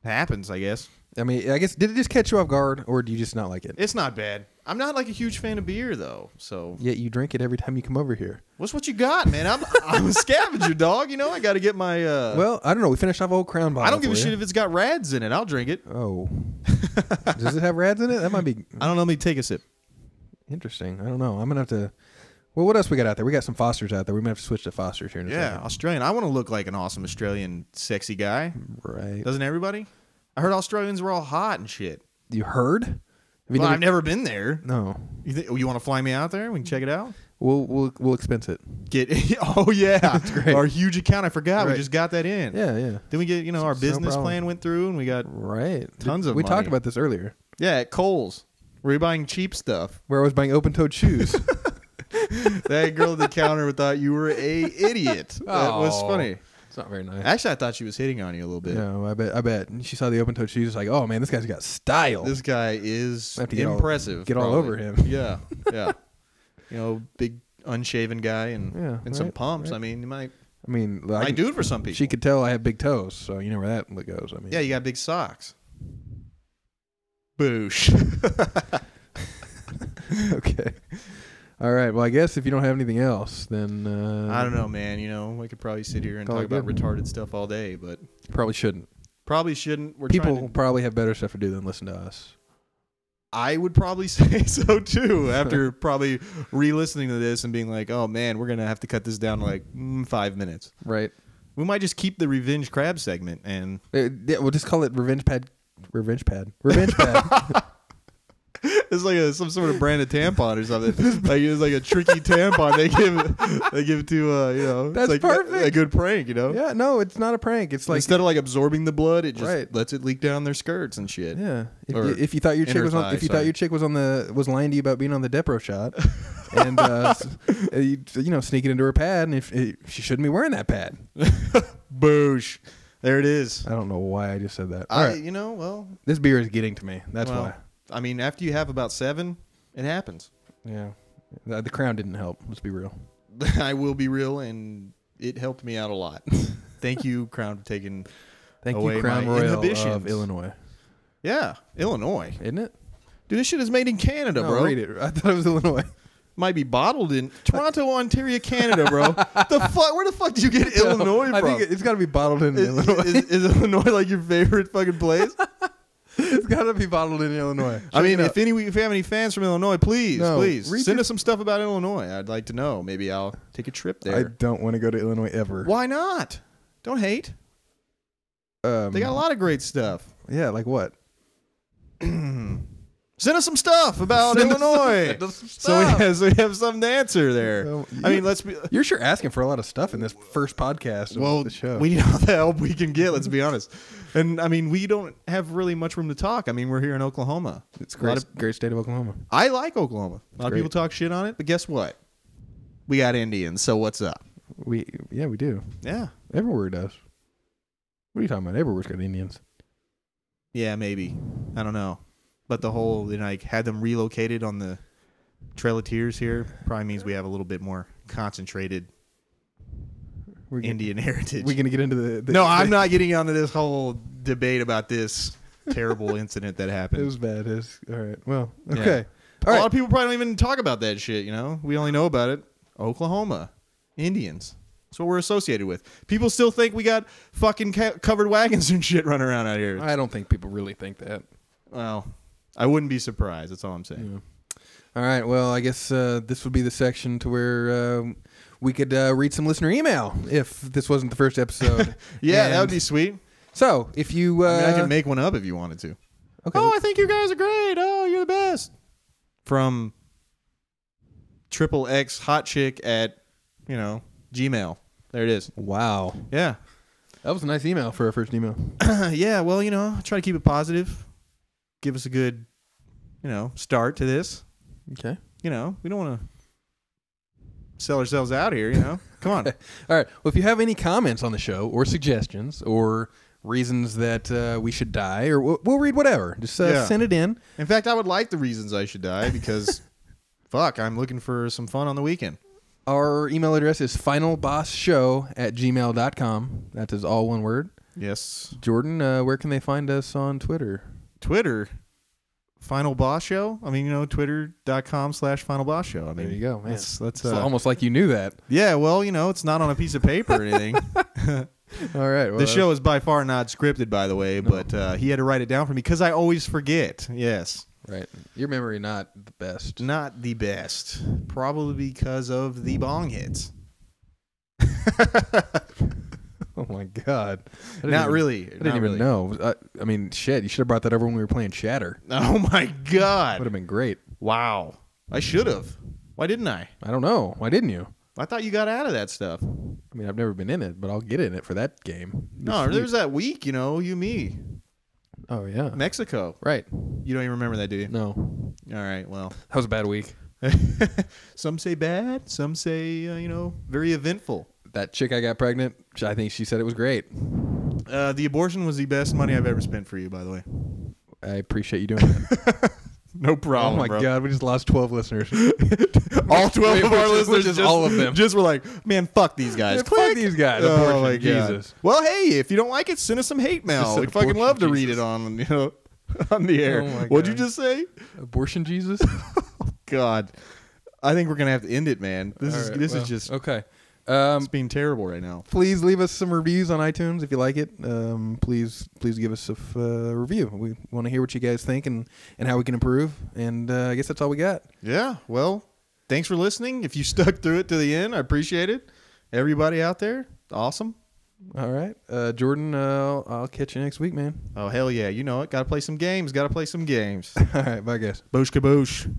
Speaker 3: happens, I guess.
Speaker 2: I mean, I guess did it just catch you off guard, or do you just not like it?
Speaker 3: It's not bad. I'm not like a huge fan of beer though. So
Speaker 2: Yet you drink it every time you come over here.
Speaker 3: what's what you got, man? I'm I'm a scavenger dog. You know I got to get my. uh
Speaker 2: Well, I don't know. We finished off old Crown bottle.
Speaker 3: I don't give a
Speaker 2: for
Speaker 3: shit
Speaker 2: you.
Speaker 3: if it's got rads in it. I'll drink it.
Speaker 2: Oh, does it have rads in it? That might be
Speaker 3: I don't know. Let me take a sip.
Speaker 2: interesting. I don't know. I'm gonna have to. Well, what else we got out there? We got some Fosters out there. We might have to switch to Fosters here in a
Speaker 3: Yeah, Australian. I want to look like an awesome Australian sexy guy.
Speaker 2: second. Right.
Speaker 3: Doesn't everybody? I heard Australians were all hot and shit.
Speaker 2: you heard? Have you
Speaker 3: Well, I've never been there.
Speaker 2: No.
Speaker 3: You, thi- oh, you want to fly me out there? We can check it out.
Speaker 2: We'll we'll we'll expense it.
Speaker 3: Get oh yeah,
Speaker 2: great.
Speaker 3: our huge account. I forgot
Speaker 2: Right.
Speaker 3: we just got that in.
Speaker 2: Yeah, yeah.
Speaker 3: Then we get you know our
Speaker 2: No
Speaker 3: business
Speaker 2: problem.
Speaker 3: plan went through and we got
Speaker 2: Right.
Speaker 3: Tons of
Speaker 2: We talked
Speaker 3: money.
Speaker 2: about this earlier,
Speaker 3: Yeah, at Kohl's. Were you buying cheap stuff?
Speaker 2: where I was buying open toed shoes.
Speaker 3: That girl at the counter thought you were a idiot. That was
Speaker 2: Oh.
Speaker 3: funny.
Speaker 2: it's not very nice.
Speaker 3: Actually, I thought she was hitting on you a little bit.
Speaker 2: No, I bet. I bet. And She saw the open toed shoes. Like, oh man, this guy's got style.
Speaker 3: This guy is
Speaker 2: I have to get all-
Speaker 3: impressive.
Speaker 2: get all
Speaker 3: probably.
Speaker 2: over him.
Speaker 3: Yeah, yeah. you know, big unshaven guy and
Speaker 2: Yeah,
Speaker 3: and some
Speaker 2: right,
Speaker 3: pumps.
Speaker 2: right.
Speaker 3: I mean, you might
Speaker 2: I mean, I
Speaker 3: might
Speaker 2: can-
Speaker 3: do it for some people.
Speaker 2: She could tell I have big toes, so you know where that goes. I mean,
Speaker 3: Yeah, you got big socks.
Speaker 2: Uh,
Speaker 3: Boosh.
Speaker 2: okay. All right. Well, I guess if you don't have anything else, then uh,
Speaker 3: I don't know, man. You know, we could probably sit here and
Speaker 2: It's all
Speaker 3: talk about
Speaker 2: Mm, good.
Speaker 3: retarded stuff all day, but
Speaker 2: you Probably shouldn't.
Speaker 3: probably shouldn't. We're trying
Speaker 2: People
Speaker 3: to-
Speaker 2: probably have better stuff to do than listen to us.
Speaker 3: I would probably say so too. After probably re-listening to this and being like, "Oh man, we're gonna have to cut this down to like mm, five minutes."
Speaker 2: Right.
Speaker 3: We might just keep the revenge crab segment, and
Speaker 2: Uh, yeah, we'll just call it revenge pad. Revenge pad. Revenge pad.
Speaker 3: It's like a, some sort of brand of tampon or something. like it's like a tricky tampon they give they give to uh, you know.
Speaker 2: That's
Speaker 3: it's like a- A,
Speaker 2: perfect.
Speaker 3: good prank, you know.
Speaker 2: yeah, no, it's not a prank. It's like
Speaker 3: Instead of like absorbing the blood, it just
Speaker 2: Right.
Speaker 3: lets it leak down their skirts and shit.
Speaker 2: yeah. If,
Speaker 3: Or
Speaker 2: you, if you thought your chick
Speaker 3: inner
Speaker 2: was on,
Speaker 3: thigh,
Speaker 2: if you thought
Speaker 3: sorry.
Speaker 2: your chick was on the was lying to you about being on the Depro shot, and uh, s- uh, you, you know sneaking into her pad, and if it, she shouldn't be wearing that pad.
Speaker 3: Boosh. There it is.
Speaker 2: I don't know why I just said that. All
Speaker 3: I,
Speaker 2: right,
Speaker 3: You know, well,
Speaker 2: this beer is getting to me. That's
Speaker 3: well,
Speaker 2: why.
Speaker 3: I mean, after you have about seven, it happens.
Speaker 2: Yeah, the, the crown didn't help. Let's be real.
Speaker 3: I will be real, and it helped me out a lot. Thank you, Crown, for taking.
Speaker 2: Thank
Speaker 3: Away
Speaker 2: you, Crown
Speaker 3: Oh, my
Speaker 2: Royal of
Speaker 3: inhibitions.
Speaker 2: Illinois,
Speaker 3: Yeah, Illinois.
Speaker 2: isn't it?
Speaker 3: Dude, this shit is made in Canada,
Speaker 2: No,
Speaker 3: bro.
Speaker 2: read it. I thought it was Illinois.
Speaker 3: Might be bottled in Toronto, Ontario, Canada, bro. the fuck? Where the fuck do you get Illinois from?
Speaker 2: I think it, has got to be bottled in
Speaker 3: Is-
Speaker 2: Illinois.
Speaker 3: Is, is Illinois like your favorite fucking place?
Speaker 2: it's got to be bottled in Illinois.
Speaker 3: I
Speaker 2: Check
Speaker 3: mean,
Speaker 2: it out.
Speaker 3: if any, if you have any fans from Illinois, please,
Speaker 2: No,
Speaker 3: please
Speaker 2: read
Speaker 3: send
Speaker 2: your-
Speaker 3: us some stuff about Illinois. I'd like to know. Maybe I'll take a trip
Speaker 2: I
Speaker 3: there.
Speaker 2: don't want to go to Illinois ever.
Speaker 3: Why not? Don't hate.
Speaker 2: Um,
Speaker 3: They got a lot of great stuff.
Speaker 2: Yeah, like what?
Speaker 3: Send us some stuff about
Speaker 2: Send us-
Speaker 3: Illinois.
Speaker 2: send us some
Speaker 3: So we
Speaker 2: stuff. Um,
Speaker 3: have, so we have something to answer there.
Speaker 2: Well,
Speaker 3: I
Speaker 2: you-
Speaker 3: mean, let's be.
Speaker 2: You're sure asking for a lot of stuff in this first podcast of
Speaker 3: Well,
Speaker 2: the show.
Speaker 3: we need all the help we can get. Let's be honest. And I mean, we don't have really much room to talk. I mean, we're here in Oklahoma.
Speaker 2: it's
Speaker 3: a lot
Speaker 2: great,
Speaker 3: of-
Speaker 2: great state of Oklahoma.
Speaker 3: I like Oklahoma. A lot of
Speaker 2: Great.
Speaker 3: people talk shit on it, but guess what? We got Indians. So what's up?
Speaker 2: We yeah, we do.
Speaker 3: Yeah.
Speaker 2: Everywhere does. What are you talking about? Everywhere's got Indians.
Speaker 3: Yeah, maybe. I don't know. But the whole you know, like had them relocated on the Trail of Tears here probably means we have a little bit more concentrated
Speaker 2: We're gonna,
Speaker 3: Indian heritage.
Speaker 2: we're gonna get into the, the
Speaker 3: no, I'm not getting onto this whole debate about this terrible incident that happened.
Speaker 2: It was bad. It was, all right. Well,
Speaker 3: Yeah.
Speaker 2: okay.
Speaker 3: a
Speaker 2: All
Speaker 3: lot
Speaker 2: right.
Speaker 3: of people probably don't even talk about that shit. You know, we only know about it. Oklahoma, Indians. That's what we're associated with. People still think we got fucking ca- covered wagons and shit running around out here.
Speaker 2: I don't think people really think that.
Speaker 3: Well, I wouldn't be surprised. That's all I'm saying.
Speaker 2: All right. Well, I guess uh, this would be the section to where um we could uh, read some listener email if this wasn't the first episode.
Speaker 3: Yeah, that
Speaker 2: And
Speaker 3: would be sweet.
Speaker 2: So if you, uh,
Speaker 3: I, mean, I can make one up if you wanted to.
Speaker 2: okay,
Speaker 3: Oh, I think you guys are great. Oh, you're the best. From triple X hot chick at you know Gmail. There it is.
Speaker 2: wow,
Speaker 3: Yeah,
Speaker 2: that was a nice email for our first email.
Speaker 3: yeah. Well, you know, try to keep it positive. Give us a good, you know, start to this.
Speaker 2: Okay.
Speaker 3: You know, we don't want to sell ourselves out here. You know, come on.
Speaker 2: All right. Well, if you have any comments on the show or suggestions or reasons that uh, we should die, or we'll, we'll read whatever, just uh,
Speaker 3: Yeah.
Speaker 2: send it in.
Speaker 3: In fact, I would like the reasons I should die because, fuck, I'm looking for some fun on the weekend.
Speaker 2: Our email address is finalbossshow at gmail.com. That is all one word.
Speaker 3: Yes.
Speaker 2: Jordan, uh, where can they find us on Twitter?
Speaker 3: Twitter, Final Boss Show. I mean, you know, twitter.com slash Final Boss Show. I mean,
Speaker 2: There you go, man.
Speaker 3: That's, that's,
Speaker 2: It's
Speaker 3: uh,
Speaker 2: almost like you knew that.
Speaker 3: yeah, well, you know, it's not on a piece of paper or anything.
Speaker 2: All right. Well, uh,
Speaker 3: the show is by far not scripted, by the way, but uh, he had to write it down for me because I always forget. Yes.
Speaker 2: Right. Your memory not the best.
Speaker 3: Not the best. Probably because of the bong hits.
Speaker 2: Oh my god. I didn't
Speaker 3: Not
Speaker 2: even-
Speaker 3: really.
Speaker 2: I didn't even know. I, I mean, shit. You should have brought that over when we were playing Shatter.
Speaker 3: Oh my
Speaker 2: Would
Speaker 3: God.
Speaker 2: have been great.
Speaker 3: Wow. I should have. Why didn't I?
Speaker 2: I don't know. Why didn't you?
Speaker 3: I thought you got out of that stuff.
Speaker 2: I mean, I've never been in it, but I'll get in it for that game.
Speaker 3: No, there's that week, you know, you, me,
Speaker 2: Oh yeah.
Speaker 3: Mexico.
Speaker 2: Right.
Speaker 3: You don't even remember that, do you?
Speaker 2: No.
Speaker 3: All right. Well,
Speaker 2: That was a bad week.
Speaker 3: some say bad, some say uh, you know very eventful.
Speaker 2: That chick I got pregnant. sh- I think she said it was great.
Speaker 3: Uh, the abortion was the best money I've ever spent for you, by the way.
Speaker 2: I appreciate you doing that.
Speaker 3: No
Speaker 2: oh
Speaker 3: problem.
Speaker 2: my
Speaker 3: bro.
Speaker 2: god, we just lost twelve listeners.
Speaker 3: All twelve
Speaker 2: Wait,
Speaker 3: of our
Speaker 2: which is-
Speaker 3: listeners,
Speaker 2: which is
Speaker 3: just,
Speaker 2: all of them.
Speaker 3: just were like, man, fuck these guys.
Speaker 2: Yeah, fuck
Speaker 3: Click.
Speaker 2: these guys.
Speaker 3: Oh
Speaker 2: Abortion,
Speaker 3: my God.
Speaker 2: Jesus.
Speaker 3: Well, hey, if you don't like it, send us some hate mail.
Speaker 2: said
Speaker 3: We fucking
Speaker 2: abortion,
Speaker 3: love to read
Speaker 2: Jesus.
Speaker 3: it on you know on the air.
Speaker 2: Oh my
Speaker 3: What'd you
Speaker 2: God.
Speaker 3: just say? Oh,
Speaker 2: Abortion Jesus.
Speaker 3: God, I think we're gonna have to end it, man. This
Speaker 2: All
Speaker 3: is
Speaker 2: right,
Speaker 3: this
Speaker 2: well,
Speaker 3: is just
Speaker 2: okay. Um,
Speaker 3: it's being terrible right now.
Speaker 2: please leave us some reviews on iTunes if you like it. Um, please, please give us a f- uh, review. We want to hear what you guys think and, and how we can improve. And uh, I guess that's all we got.
Speaker 3: Yeah. Well, thanks for listening. If you stuck through it to the end, I appreciate it. Everybody out there, awesome.
Speaker 2: All right, uh, Jordan. Uh, I'll catch you next week, man.
Speaker 3: Oh hell yeah! You know it. Got to play some games. Got to play some games.
Speaker 2: All right, bye, guys.
Speaker 3: Boosh kaboosh.